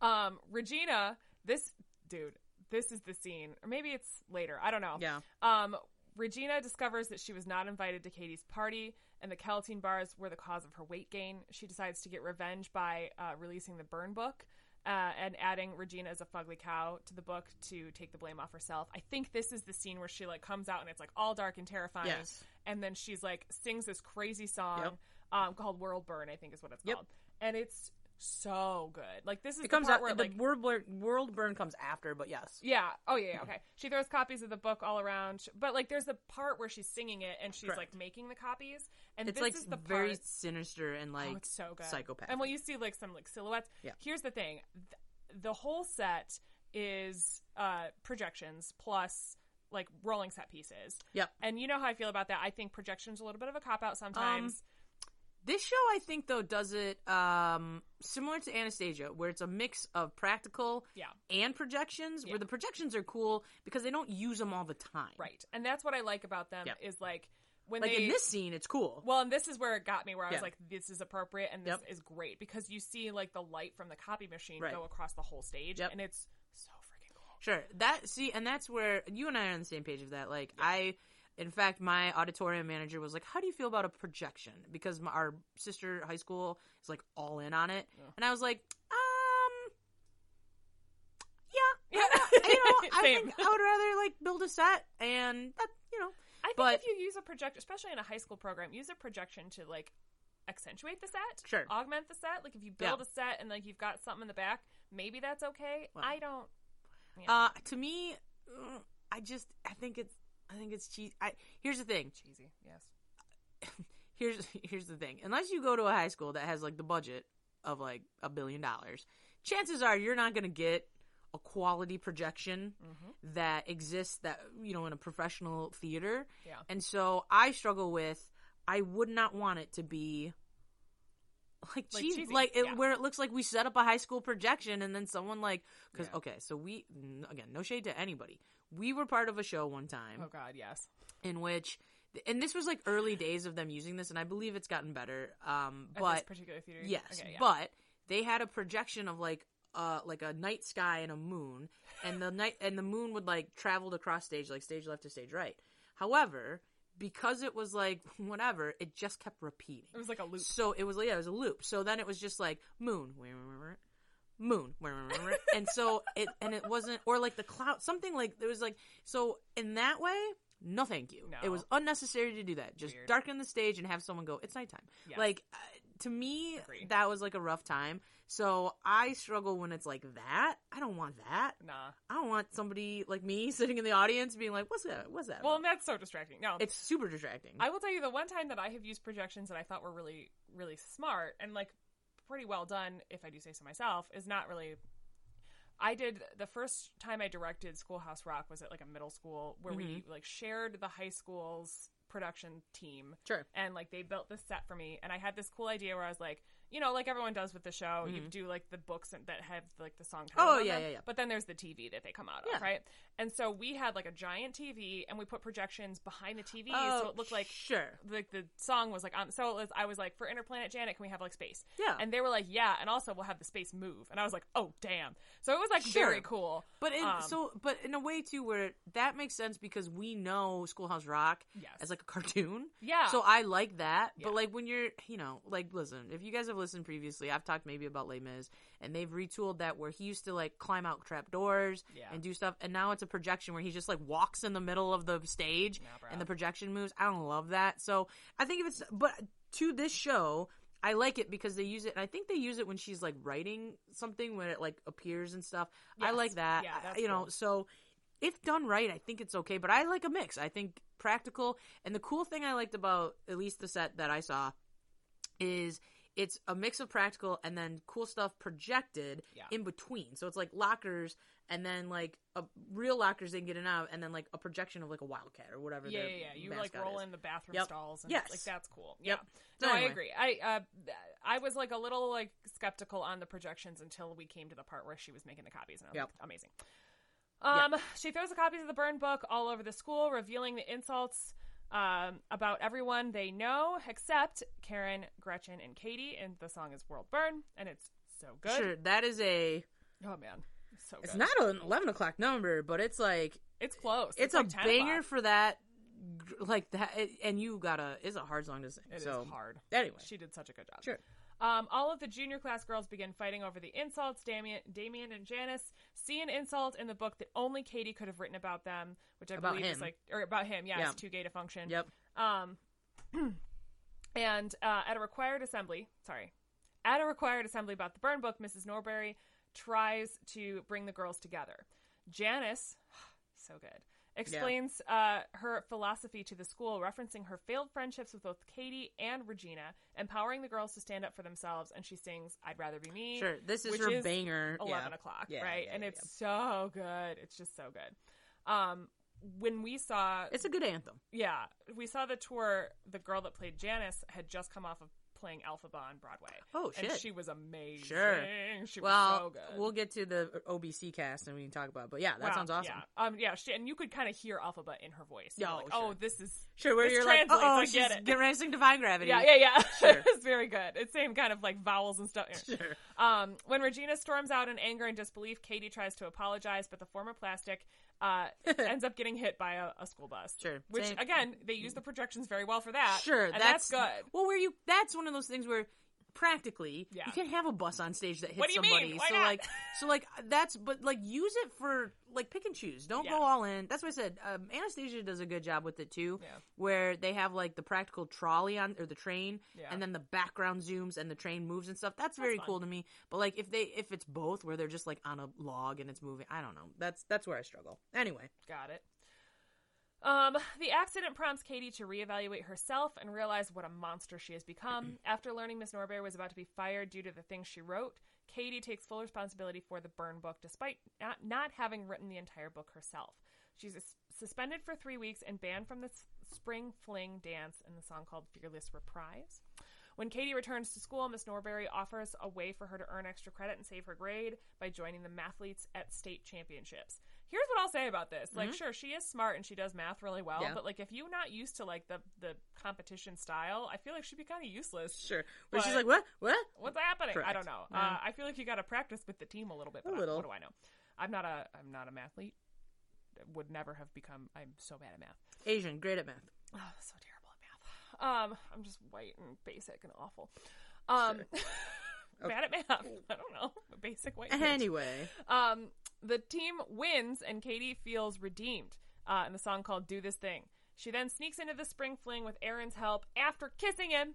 B: um, Regina, this dude, this is the scene, or maybe it's later. I don't know.
A: Yeah.
B: Um, Regina discovers that she was not invited to Katie's party, and the calotine bars were the cause of her weight gain. She decides to get revenge by uh, releasing the burn book uh, and adding Regina as a fugly cow to the book to take the blame off herself. I think this is the scene where she like comes out and it's like all dark and terrifying,
A: Yes.
B: and then she's like sings this crazy song
A: Yep.
B: um, called "World Burn," I think is what it's
A: Yep.
B: called, and it's so good. Like this is
A: It
B: the
A: comes
B: part
A: out.
B: where
A: the
B: like
A: world burn, world burn comes after, but yes.
B: yeah. Oh yeah. yeah, Okay. She throws copies of the book all around, but like there's the part where she's singing it and she's
A: Correct.
B: like making the copies, and
A: It's
B: this
A: like
B: is the
A: very
B: part.
A: sinister and like
B: oh, it's so good.
A: psychopathic.
B: And when you see like some like silhouettes.
A: Yeah.
B: Here's the thing: Th- the whole set is uh projections plus like rolling set pieces.
A: Yep. Um,
B: And you know how I feel about that. I think projections a little bit of a cop out sometimes.
A: This show, I think, though, does it um, similar to Anastasia, where it's a mix of practical
B: Yeah.
A: and projections,
B: Yeah.
A: where the projections are cool because they don't use them all the time.
B: right. And that's what I like about them
A: Yeah.
B: is like when
A: Like
B: they
A: in this scene, it's cool.
B: Well, and this is where it got me, where I was
A: Yeah.
B: like, "This is appropriate, and this
A: Yep.
B: is great," because you see like the light from the copy machine
A: Right.
B: go across the whole stage,
A: Yep.
B: and it's so freaking cool.
A: Sure. That see, and that's where you and I are on the same page of that. Like I, in fact, my auditorium manager was like, "How do you feel about a projection?" Because my, our sister high school is like all in on it,
B: Yeah.
A: and I was like, um, yeah,
B: <laughs> Yeah,
A: you know, I
B: Same.
A: think I would rather like build a set and that, you know,
B: I think
A: but-
B: if you use a project, especially in a high school program, use a projection to like accentuate the set,
A: Sure.
B: augment the set. Like if you build a set and like you've got something in the back, maybe that's okay.
A: Well.
B: I don't. Yeah.
A: Uh, to me, mm, I just I think it's I think it's cheesy. I here's the thing.
B: Cheesy, yes.
A: Here's <laughs> here's the thing. Unless you go to a high school that has like the budget of like a billion dollars, chances are you're not gonna get a quality projection
B: Mhm.
A: that exists that you know in a professional theater
B: Yeah.
A: and so i struggle with i would not want it to be like
B: Like
A: cheesy
B: cheesy,
A: like it,
B: yeah.
A: where it looks like we set up a high school projection and then someone like because
B: Yeah.
A: okay so we n- again no shade to anybody we were part of a show one time
B: Oh God, yes.
A: in which and this was like early days of them using this and i believe it's gotten better um
B: At
A: but
B: this particular theater.
A: Yes,
B: Okay, yeah.
A: but they had a projection of like uh like a night sky and a moon, and the night and the moon would like traveled across stage, like stage left to stage right. However, because it was like <laughs> whatever, it just kept repeating.
B: it was like a loop.
A: So it was yeah, it was a loop. So then it was just like moon, moon, and so it and it wasn't or like the cloud something like there was like so in that way. No, thank you. It
B: No.
A: was unnecessary to do that. Just
B: Weird.
A: darken the stage and have someone go. It's nighttime.
B: Yes.
A: Like uh, to me,
B: Agree.
A: that was like a rough time. So I struggle when it's like that. I don't want that.
B: nah.
A: I don't want somebody like me <laughs> sitting in the audience being like, "What's that? What's that?"
B: Well,
A: about?"
B: and that's so distracting. No,
A: it's super distracting.
B: I will tell you the one time that I have used projections that I thought were really, really smart and like pretty well done, if I do say so myself, is not really. I did the first time I directed Schoolhouse Rock was at like a middle school where we
A: Mm-hmm.
B: like shared the high school's production team
A: sure.
B: and like they built this set for me and i had this cool idea where i was like you know like everyone does with the show you do like the books and- that have like the song title
A: Mm-hmm. Oh,
B: on
A: yeah,
B: them,
A: yeah, yeah.
B: but then there's the tv that they come out
A: Yeah.
B: of right and so we had like a giant tv and we put projections behind the tv so
A: Oh,
B: it looked like
A: sure.
B: like the song was like on so it was, i was like for interplanet janet can we have like space
A: Yeah.
B: and they were like yeah and also we'll have the space move and i was like oh damn so it was like
A: Sure.
B: very cool
A: But in,
B: Um,
A: so, but in a way too, where that makes sense because we know Schoolhouse Rock
B: Yes.
A: as like a <laughs> cartoon.
B: yeah
A: So I like that.
B: Yeah.
A: But like when you're, you know, like listen, if you guys have listened previously, I've talked maybe about Les Mis, and they've retooled that where he used to like climb out trap doors
B: Yeah.
A: and do stuff, and now it's a projection where he just like walks in the middle of the stage
B: Nah, bruh.
A: and the projection moves. I don't love that. So I think if it's, but to this show. I like it because they use it, and I think they use it when she's like writing something when it like appears and stuff. I
B: Yes.
A: like that.
B: Yeah,
A: I-
B: that's
A: you know,
B: cool.
A: so if done right, I think it's okay. But I like a mix. I think practical. And the cool thing I liked about at least the set that I saw is it's a mix of practical and then cool stuff projected
B: Yeah.
A: in between. So it's like lockers and then like a real lockers they can get in and out and then like a projection of like a wildcat or whatever.
B: yeah,
A: their
B: yeah, yeah. You like
A: mascot
B: roll
A: is.
B: in the bathroom
A: Yep.
B: stalls, and
A: Yes.
B: like that's cool. Yeah.
A: Yep. So
B: No,
A: anyway.
B: I agree. I uh, th- I was like a little like skeptical on the projections until we came to the part where she was making the copies, and I was
A: Yep.
B: like, amazing. Um, she throws the copies of the burn book all over the school, revealing the insults um, about everyone they know except Karen, Gretchen, and Katie. And the song is "World Burn," and it's so good.
A: Sure, that is a.
B: Oh man, so good.
A: It's not an eleven o'clock number, but it's like
B: It's close.
A: it's,
B: like
A: a
B: 10
A: banger
B: o'clock.
A: for that. gr- Like that, it- and you gotta. It's a hard song to sing.
B: It is
A: so
B: hard.
A: Anyway,
B: She did such a good job.
A: Sure.
B: Um, all of the junior class girls begin fighting over the insults. Damien, Damien and Janice see an insult in the book that only Katie could have written about them, which I
A: About
B: believe is
A: him.
B: like, or about him. Yeah,
A: Yeah.
B: it's too gay to function.
A: yep.
B: Um, <clears throat> and uh, at a required assembly, sorry, at a required assembly about the burn book, Mrs. Norbury tries to bring the girls together. Janice, <sighs> so good, explains uh, her philosophy to the school, referencing her failed friendships with both Katie and Regina, empowering the girls to stand up for themselves. And she sings, "I'd rather be me."
A: Sure, this is
B: which
A: her
B: is
A: banger.
B: 11
A: yeah.
B: o'clock,
A: Yeah,
B: right?
A: yeah,
B: and
A: yeah,
B: it's so good. It's just so good. Um, when we saw
A: It's a good anthem.
B: yeah, we saw the tour. The girl that played Janice had just come off of playing Alphaba on Broadway.
A: Oh
B: and
A: shit!
B: she was amazing. She
A: well,
B: was so good.
A: we'll get to the OBC cast and we can talk about. It. But yeah, that
B: Wow,
A: sounce awesome.
B: Yeah. Um, yeah, she, and you could kind of hear Alphaba in her voice. You were
A: Oh,
B: like,
A: sure.
B: oh, this is.
A: Sure, where
B: This
A: you're like,
B: translates,
A: oh,
B: I
A: she's
B: get it."
A: getting ready to sing Divine Gravity.
B: Yeah, yeah, <laughs> yeah.
A: Sure.
B: it's very good. It's same kind of like vowels and stuff.
A: Sure.
B: Um, when Regina storms out in anger and disbelief, Katie tries to apologize, but the former plastic uh,
A: <laughs>
B: ends up getting hit by a, a school bus.
A: Sure.
B: Which
A: Same.
B: again, they use the projections very well for that.
A: Sure,
B: and
A: that's,
B: that's, good.
A: Well, where you that's one of those things where practically
B: Yeah.
A: you can't have a bus on stage that hits
B: What do you mean?
A: somebody.
B: Why
A: so
B: not?
A: like, so like that's but like use it for like pick and choose. Don't go
B: Yeah.
A: all in. That's what I said. Um, Anastasia does a good job with it too,
B: Yeah.
A: where they have like the practical trolley on or the train,
B: Yeah.
A: and then the background zooms and the train moves and stuff. That's, very
B: fun.
A: cool to me. But like if they if it's both where they're just like on a log and it's moving, I don't know. That's that's where I struggle. Anyway,
B: Got it. Um, the accident prompts Katie to reevaluate herself and realize what a monster she has become. After learning Miss Norbear was about to be fired due to the things she wrote, Katie takes full responsibility for the burn book despite not, not having written the entire book herself. She's sus- suspended for three weeks and banned from the s- spring fling dance in the song called Fearless Reprise. When Katie returns to school, Miss Norberry offers a way for her to earn extra credit and save her grade by joining the mathletes at state championships. Here's what I'll say about this. Like, sure, she is smart and she does math really well,
A: Mm-hmm. Yeah.
B: but like if you're not used to like the the competition style, I feel like she'd be kind of useless.
A: Sure. But, she's
B: But-
A: like, what? What?
B: What's happening? I
A: Correct.
B: don't know.
A: Yeah.
B: Uh, I feel like you got to practice with the team a little bit. But
A: A
B: I-
A: little.
B: what do I know? I'm not a I'm not a mathlete. Would never have become. I'm so bad at math.
A: Asian, great at math.
B: Oh, so terrible at math. Um, I'm just white and basic and awful. Um, <laughs> bad at math. I don't know. <laughs> Basic white. bitch.
A: Oh. Anyway,
B: Um, the team wins, and Katie feels redeemed uh, in the song called "Do This Thing." She then sneaks into the spring fling with Aaron's help after kissing him.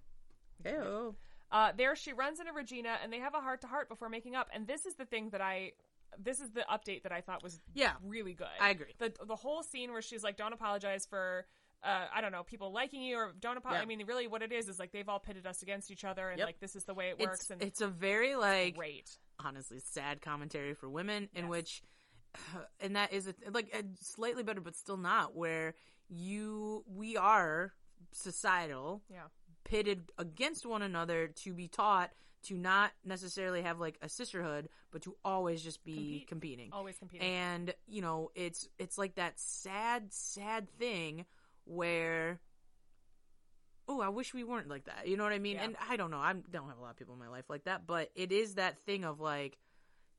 A: ew.
B: Uh, there, she runs into Regina, and they have a heart to heart before making up. And this is the thing that I, this is the update that I thought was
A: Yeah.
B: really good.
A: I agree.
B: The the whole scene where she's like, "Don't apologize for." Uh, I don't know, people liking you or don't apologize.
A: Yeah.
B: I mean, really, what it is is like they've all pitted us against each other, and
A: Yep.
B: like this is the way it works.
A: It's,
B: and
A: it's a very like
B: great,
A: honestly sad commentary for women in
B: Yes.
A: which <sighs> and that is a, like a slightly better but still not where you we are societal
B: yeah,
A: pitted against one another to be taught to not necessarily have like a sisterhood but to always just be
B: Compete.
A: competing
B: always competing.
A: and you know it's it's like that sad sad thing where oh i wish we weren't like that you know what i mean
B: Yeah.
A: and i don't know i don't have a lot of people in my life like that but it is that thing of like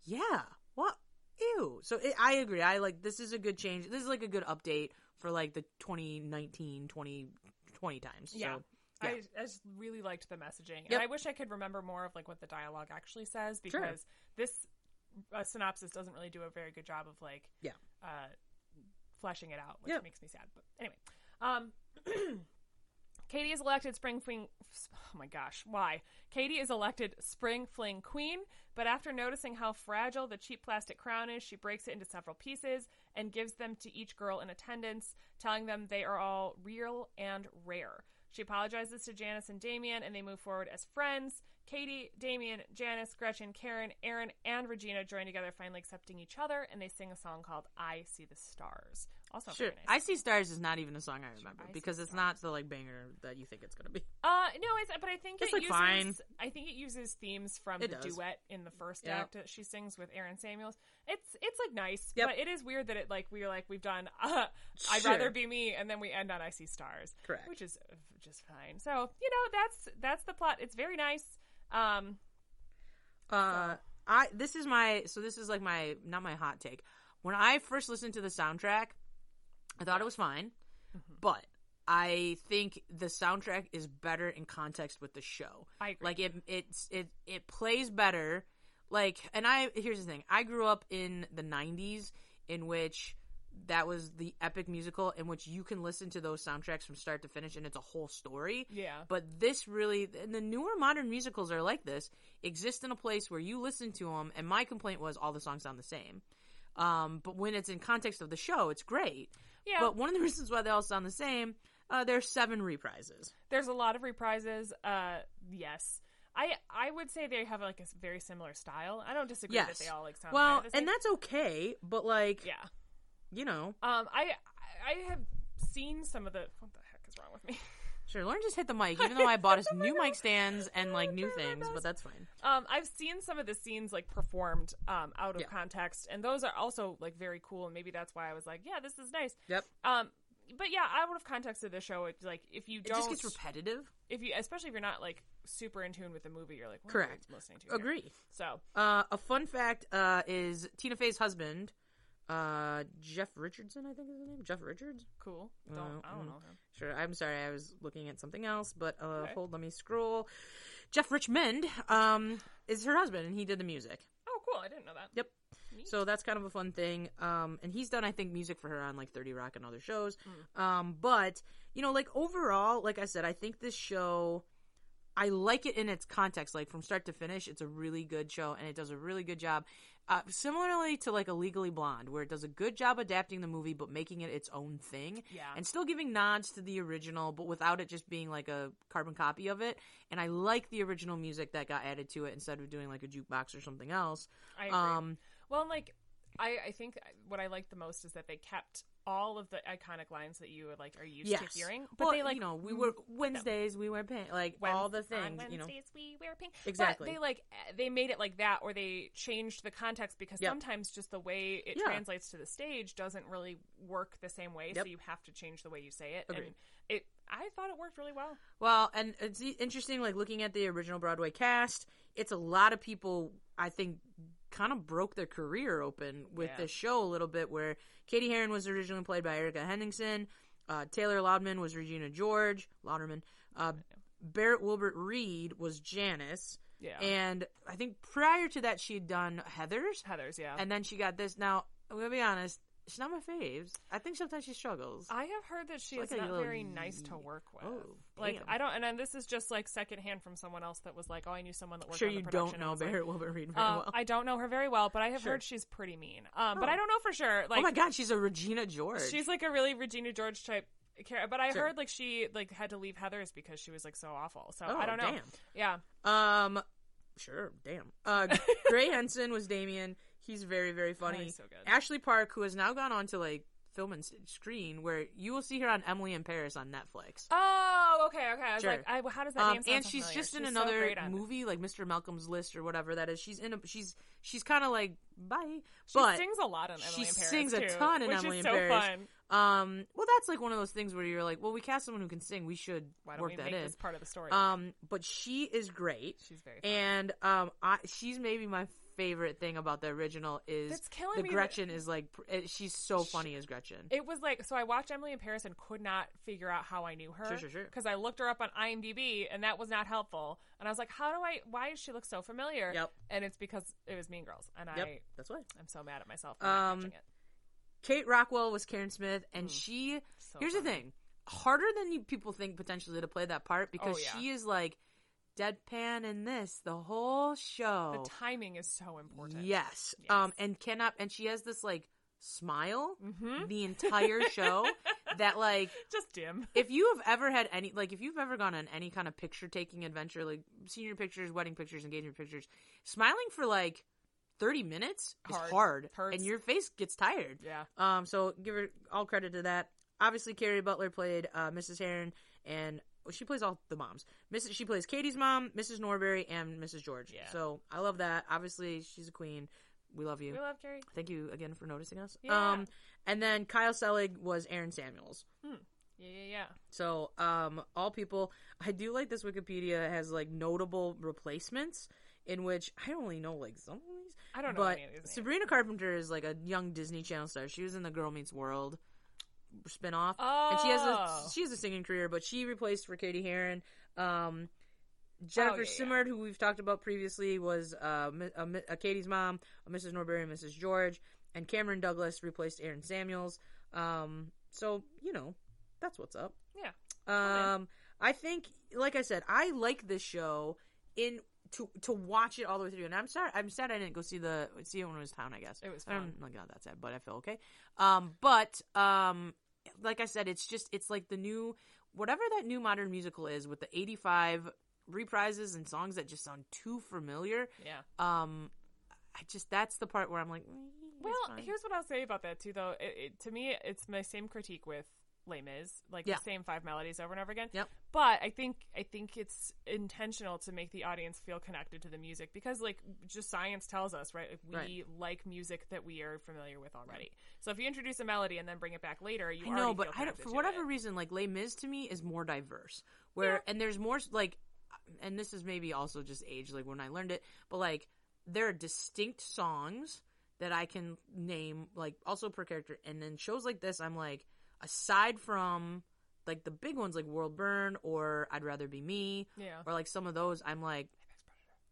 A: yeah what ew so it, i agree i like this is a good change this is like a good update for like the 2019 2020 times
B: Yeah.
A: so
B: I,
A: Yeah.
B: I just really liked the messaging, and
A: Yep.
B: I wish I could remember more of like what the dialogue actually says because
A: Sure.
B: this uh, synopsis doesn't really do a very good job of like
A: Yeah.
B: uh, fleshing it out, which
A: Yep.
B: makes me sad. But anyway, um, Katie is elected spring fling. Oh my gosh, why? Katie is elected spring fling queen, but after noticing how fragile the cheap plastic crown is, she breaks it into several pieces and gives them to each girl in attendance, telling them they are all real and rare. She apologizes to Janice and Damien, and they move forward as friends. Katie, Damien, Janice, Gretchen, Karen, Aaron, and Regina join together, finally accepting each other, and they sing a song called I See the Stars. Also,
A: Sure.
B: very nice.
A: I See Stars is not even a song I remember
B: I See
A: because it's not the like banger that you think it's going to be.
B: Uh, no, it's but I think
A: It's,
B: it
A: like,
B: uses.
A: fine.
B: I think it uses themes from
A: It
B: the
A: does.
B: duet in the first
A: Yeah.
B: act that she sings with Aaron Samuels. It's it's like nice,
A: Yep.
B: but it is weird that it like we're like we've done. <laughs> Uh, I'd
A: Sure.
B: rather be me, and then we end on I see stars,
A: Correct.
B: which is uh, just fine. So you know that's that's the plot. It's very nice. Um,
A: Uh, I this is my so this is like my not my hot take. When I first listened to the soundtrack, I thought it was fine, but I think the soundtrack is better in context with the show.
B: I agree.
A: Like it it's it it plays better. Like and I here's the thing. I grew up in the 90s in which that was the epic musical in which you can listen to those soundtracks from start to finish and it's a whole story.
B: yeah,
A: But this really, and the newer modern musicals are like this, exist in a place where you listen to them, and my complaint was all the songs sound the same. Um, but when it's in context of the show, it's great.
B: yeah.
A: But one of the <laughs> reasons why they all sound the same, uh, there are seven reprises.
B: There's a lot of reprises. Uh, yes. I, I would say they have like a s- very similar style. I don't disagree that
A: Yes.
B: they all like sound
A: well,
B: kind of the
A: and
B: same.
A: that's okay, but like,
B: yeah.
A: you know,
B: Um, I I have seen some of the what the heck is wrong with me. <laughs>
A: sure, Lauren just hit the mic, even though I bought
B: Oh
A: us new mic stands and like new
B: trying my
A: things, but
B: best.
A: that's fine.
B: Um, I've seen some of the scenes like performed um out of
A: Yeah.
B: context, and those are also like very cool, and maybe that's why I was like, yeah, this is nice.
A: Yep.
B: Um, but yeah, out of context of the show, it's like if you
A: It
B: don't,
A: just gets repetitive.
B: if you especially if you're not like super in tune with the movie, you're like, what Are
A: Correct.
B: we listening to here?
A: Agree.
B: So
A: Uh, a fun fact uh, is Tina Fey's husband, uh, Jeff Richardson, I think is his name. Jeff Richards.
B: cool. Don't
A: Well,
B: I don't
A: mm.
B: know. Him.
A: Sure, I'm sorry, I was looking at something else, but uh,
B: Okay.
A: hold, let me scroll. Jeff Richmond um, is her husband, and he did the music.
B: Oh, cool! I didn't know that.
A: Yep. So that's kind of a fun thing. Um, and he's done, I think, music for her on like 30 Rock and other
B: Mm.
A: shows. Um, but you know, like overall, like I said, I think this show I like it in its context, like from start to finish. It's a really good show, and it does a really good job. Uh, similarly to like a Legally Blonde, where it does a good job adapting the movie but making it its own thing,
B: Yeah.
A: and still giving nods to the original, but without it just being like a carbon copy of it. And I like the original music that got added to it instead of doing like a jukebox or something else.
B: I agree.
A: Um,
B: Well, and, like I, I think what I liked the most is that they kept all of the iconic lines that you like are used
A: yes,
B: to hearing, but
A: Well,
B: they like
A: you know we were Wednesdays, we were paying like
B: Wednes-
A: all the
B: on
A: things, you know.
B: Wednesdays we wear pink.
A: Exactly.
B: But they like eh, they made it like that, or they changed the context because
A: Yep.
B: sometimes just the way it
A: Yeah.
B: translates to the stage doesn't really work the same way,
A: Yep.
B: so you have to change the way you say it.
A: Agreed.
B: And it, I thought it worked really well.
A: Well, and it's i- interesting, like looking at the original Broadway cast, it's a lot of people, I think, kind of broke their career open with
B: Yeah.
A: this show a little bit, where Katie Heron was originally played by Erica Henningsen, uh, Taylor Laudman was Regina George, Lauderman, uh, Barrett Wilbert Reed was Janice,
B: Yeah,
A: and I think prior to that she had done Heather's,
B: Heather's. Yeah,
A: and then she got this. Now, I'm going to be honest, she's not my faves. I think sometimes she struggles.
B: I have heard that she
A: Like
B: is
A: a
B: not
A: little
B: very nice to
A: ye-
B: work with.
A: Oh,
B: like
A: damn.
B: I don't, and then this is just like secondhand from someone else that was like, "Oh, I knew someone that
A: I'm
B: worked."
A: sure
B: on the
A: you
B: production,"
A: don't
B: and I
A: know
B: was like,
A: Barrett Wilbert Reed very
B: Um,
A: well.
B: I don't know her very well, but I have
A: Sure.
B: heard she's pretty mean. Um, But
A: Oh.
B: I don't know for sure. Like,
A: oh my god, she's a Regina George.
B: she's like a really Regina George type character. But I
A: Sure.
B: heard like she like had to leave Heather's because she was like so awful. So
A: Oh,
B: I don't know.
A: damn.
B: Yeah,
A: um, sure, damn.
B: <laughs>
A: Uh, Gray Henson was Damien. He's very, very funny.
B: Oh, he's so good.
A: Ashley Park, who has now gone on to like film and s- screen, where you will see her on Emily in Paris on Netflix.
B: Oh, okay, okay. I was
A: Sure.
B: like, I, how does that
A: Um,
B: name sound
A: and
B: so
A: she's
B: familiar?
A: just in
B: She's so
A: another
B: great on-
A: movie, like Mr. Malcolm's List or whatever that is. She's in a she's she's kind of like bye,
B: She
A: but
B: sings a lot in Emily
A: she
B: in Paris
A: sings a
B: too,
A: ton in
B: which
A: Emily in
B: is so
A: Paris.
B: Fun.
A: um, well, that's like one of those things where you're like, well, we cast someone who can sing. We should
B: Why don't
A: work
B: we
A: that
B: make
A: in.
B: this part of the story?
A: Um, but she is great.
B: she's very. Fun.
A: and um, I, she's maybe my favorite thing about the original is
B: That's killing
A: the
B: me that-
A: Gretchen is like pr- it, she's so funny as Gretchen.
B: It was like so. I watched Emily in Paris and could not figure out how I knew her.
A: Sure, sure, sure.
B: Because I looked her up on IMDb and that was not helpful. And I was like, "How do I? Why does she look so familiar?"
A: Yep.
B: And it's because it was Mean Girls, and
A: yep,
B: I
A: that's why.
B: I'm so mad at myself for not
A: Um,
B: catching it.
A: Kate Rockwell was Karen Smith, and she.
B: Mm. So
A: here's the
B: funny. Oh,
A: thing: harder than you people think potentially to play that part because
B: yeah.
A: she is like deadpan in this the whole show.
B: The timing is so important.
A: Yes.
B: Yes.
A: Um, and cannot, and she has this like smile
B: Mhm.
A: the entire show that like
B: <laughs> Just dim.
A: if you have ever had any like if you've ever gone on any kind of picture taking adventure like senior pictures wedding pictures engagement pictures smiling for like 30 minutes is
B: Hard.
A: hard
B: Hurts.
A: and your face gets tired
B: Yeah.
A: um so give her all credit to that obviously carrie butler played uh, mrs heron and well, she plays all the moms mrs she plays katie's mom mrs norberry and mrs george
B: Yeah.
A: so i love that obviously she's a queen we love you
B: We love Carrie.
A: thank you again for noticing us
B: Yeah.
A: um and then kyle selig was aaron samuels
B: Yeah, yeah, yeah.
A: so, um, all people, I do like this Wikipedia has like notable replacements in which I only know like some of these.
B: I don't know
A: But
B: any of these names.
A: Sabrina Carpenter is like a young Disney Channel star. She was in the Girl Meets World spinoff,
B: Oh.
A: and she has a she has a singing career, but she replaced for Katie Heron. Um, Jennifer
B: Oh, yeah, yeah.
A: Simard, who we've talked about previously, was uh, mi- a, mi- a Katie's mom, a Mrs. Norberry, and Mrs. George, and Cameron Douglas replaced Aaron Samuels. Um, so you know, that's what's up.
B: Yeah.
A: Um, I think, like I said, I like this show in to to watch it all the way through. And I'm sorry, I'm sad I didn't go see the see it when it was town. I guess
B: Oh. It was
A: I'm not not that sad, but I feel okay. Um, but um, like I said, it's just it's like the new whatever that new modern musical is with the 85 reprises and songs that just sound too familiar.
B: Yeah.
A: Um, I just that's the part where I'm like, mm, it's
B: Well,
A: fine.
B: here's what I'll say about that too, though. It, it, to me, it's my same critique with Les Mis, like
A: Yeah.
B: the same five melodies over and over again.
A: Yep.
B: But I think I think it's intentional to make the audience feel connected to the music because, like, just science tells us, right? Like, we
A: Right.
B: like music that we are familiar with already. So if you introduce a melody and then bring it back later, you
A: I know,
B: already
A: but
B: feel
A: I don't,
B: connected
A: for
B: to
A: whatever
B: it.
A: reason, like Les Mis to me is more diverse. Where and there's more like, and this is maybe also just age, like when I learned it, but like there are distinct songs that I can name, like also per character, and then shows like this, I'm like, aside from like the big ones like World Burn or I'd Rather Be Me <laughs>
B: Yeah.
A: or like some of those, I'm like,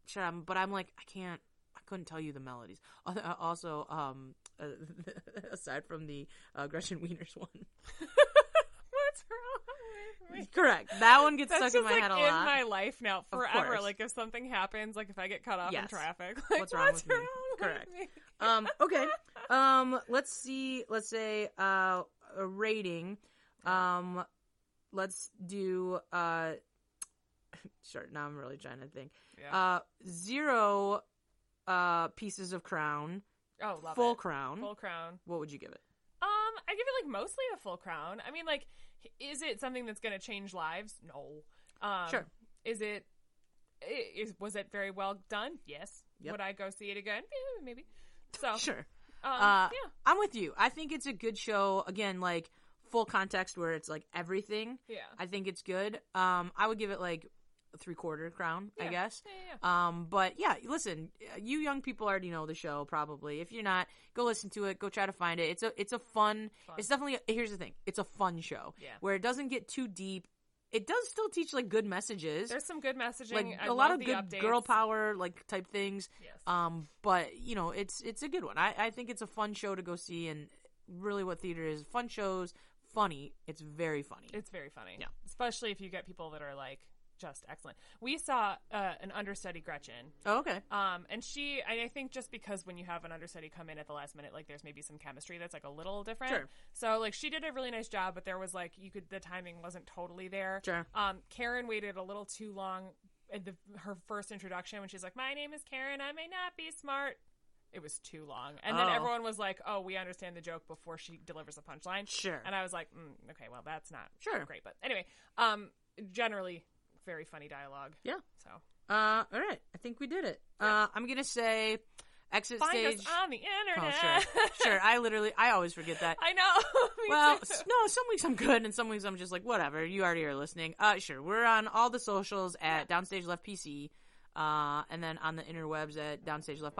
A: shut up. But I'm like, I can't, I couldn't tell you the melodies. <laughs> Al- uh, Also, <laughs> um, uh, aside from the uh, Gretchen Wieners <laughs> one,
B: What? What's wrong with me?
A: Correct. That one gets
B: That's
A: stuck
B: just
A: in my
B: like
A: head a
B: in
A: lot.
B: my life now forever.
A: course.
B: Like if something happens, like if I get cut off in
A: Yes.
B: traffic, <laughs> like
A: What's
B: what's
A: wrong with
B: wrong?
A: me?
B: with
A: Correct.
B: me? <laughs>
A: um okay um let's see let's say uh a rating um let's do uh <laughs> sure now i'm really trying to think
B: Yeah.
A: uh zero uh pieces of crown
B: oh, love
A: full
B: it.
A: crown
B: Full crown.
A: what would you give it
B: Um, I give it like mostly a full crown. I mean, like, h- is it something that's going to change lives? No. Um,
A: Sure.
B: Is it? i- Is was it very well done? Yes.
A: Yep.
B: Would I go see it again? Yeah, maybe. So
A: sure
B: um,
A: Uh,
B: yeah,
A: i'm with you i think it's a good show again like full context where it's like everything
B: yeah,
A: i think it's good um i would give it like a three quarter crown i
B: Yeah.
A: guess
B: yeah, yeah.
A: Um, but yeah, listen, you young people already know the show probably. If you're not, go listen to it. Go try to find it. It's a it's a fun.
B: Fun.
A: It's definitely here's the thing. It's a fun show
B: Yeah.
A: where it doesn't get too deep. It does still teach like good messages,
B: There's some good messaging.
A: like
B: I
A: a lot of
B: love the
A: good
B: updates.
A: girl power like type things.
B: Yes.
A: Um, but you know, it's it's a good one. I I think it's a fun show to go see, and really, what theater is fun shows. Funny. It's very funny.
B: It's very funny.
A: Yeah.
B: Especially if you get people that are like just excellent. We saw uh, an understudy Gretchen.
A: oh, okay.
B: Um, and she, and I think just because when you have an understudy come in at the last minute, like there's maybe some chemistry that's like a little different.
A: Sure.
B: So like she did a really nice job, but there was like you could the timing wasn't totally there.
A: Sure.
B: Um, Karen waited a little too long at the, her first introduction when she's like, "My name is Karen. I may not be smart." It was too long, and then
A: Oh.
B: everyone was like, "Oh, we understand the joke before she delivers a punchline."
A: Sure.
B: And I was like, mm, "Okay, well that's not
A: Sure.
B: great." But anyway, um, generally very funny dialogue.
A: Yeah.
B: So
A: Uh, all right. I think we did it. Uh, I'm gonna say exit
B: find
A: stage.
B: us on the
A: Oh,
B: internet. <laughs>
A: sure. sure. I literally, I always forget that.
B: I know. <laughs> Me
A: Well,
B: too.
A: s- no, some weeks I'm good and some weeks I'm just like, whatever, you already are listening. Uh, sure. We're on all the socials at Downstage Left PC, uh, and then on the interwebs at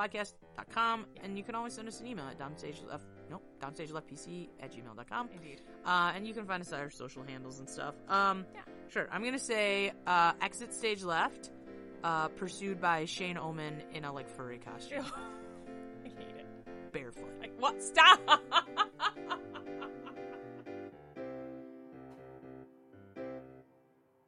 A: downstajeleftpodcast.com. And you can always send us an email at downstage left, nope, downstageleftpc at gmail.com.
B: Indeed.
A: Uh, and you can find us at our social handles and stuff. Um,
B: Yeah.
A: Sure. I'm going to say uh, Exit Stage Left, uh, pursued by Shane Omen in a like furry
B: Ew. <laughs>
A: costume,
B: I hate it.
A: barefoot.
B: Like, what? Stop. <laughs>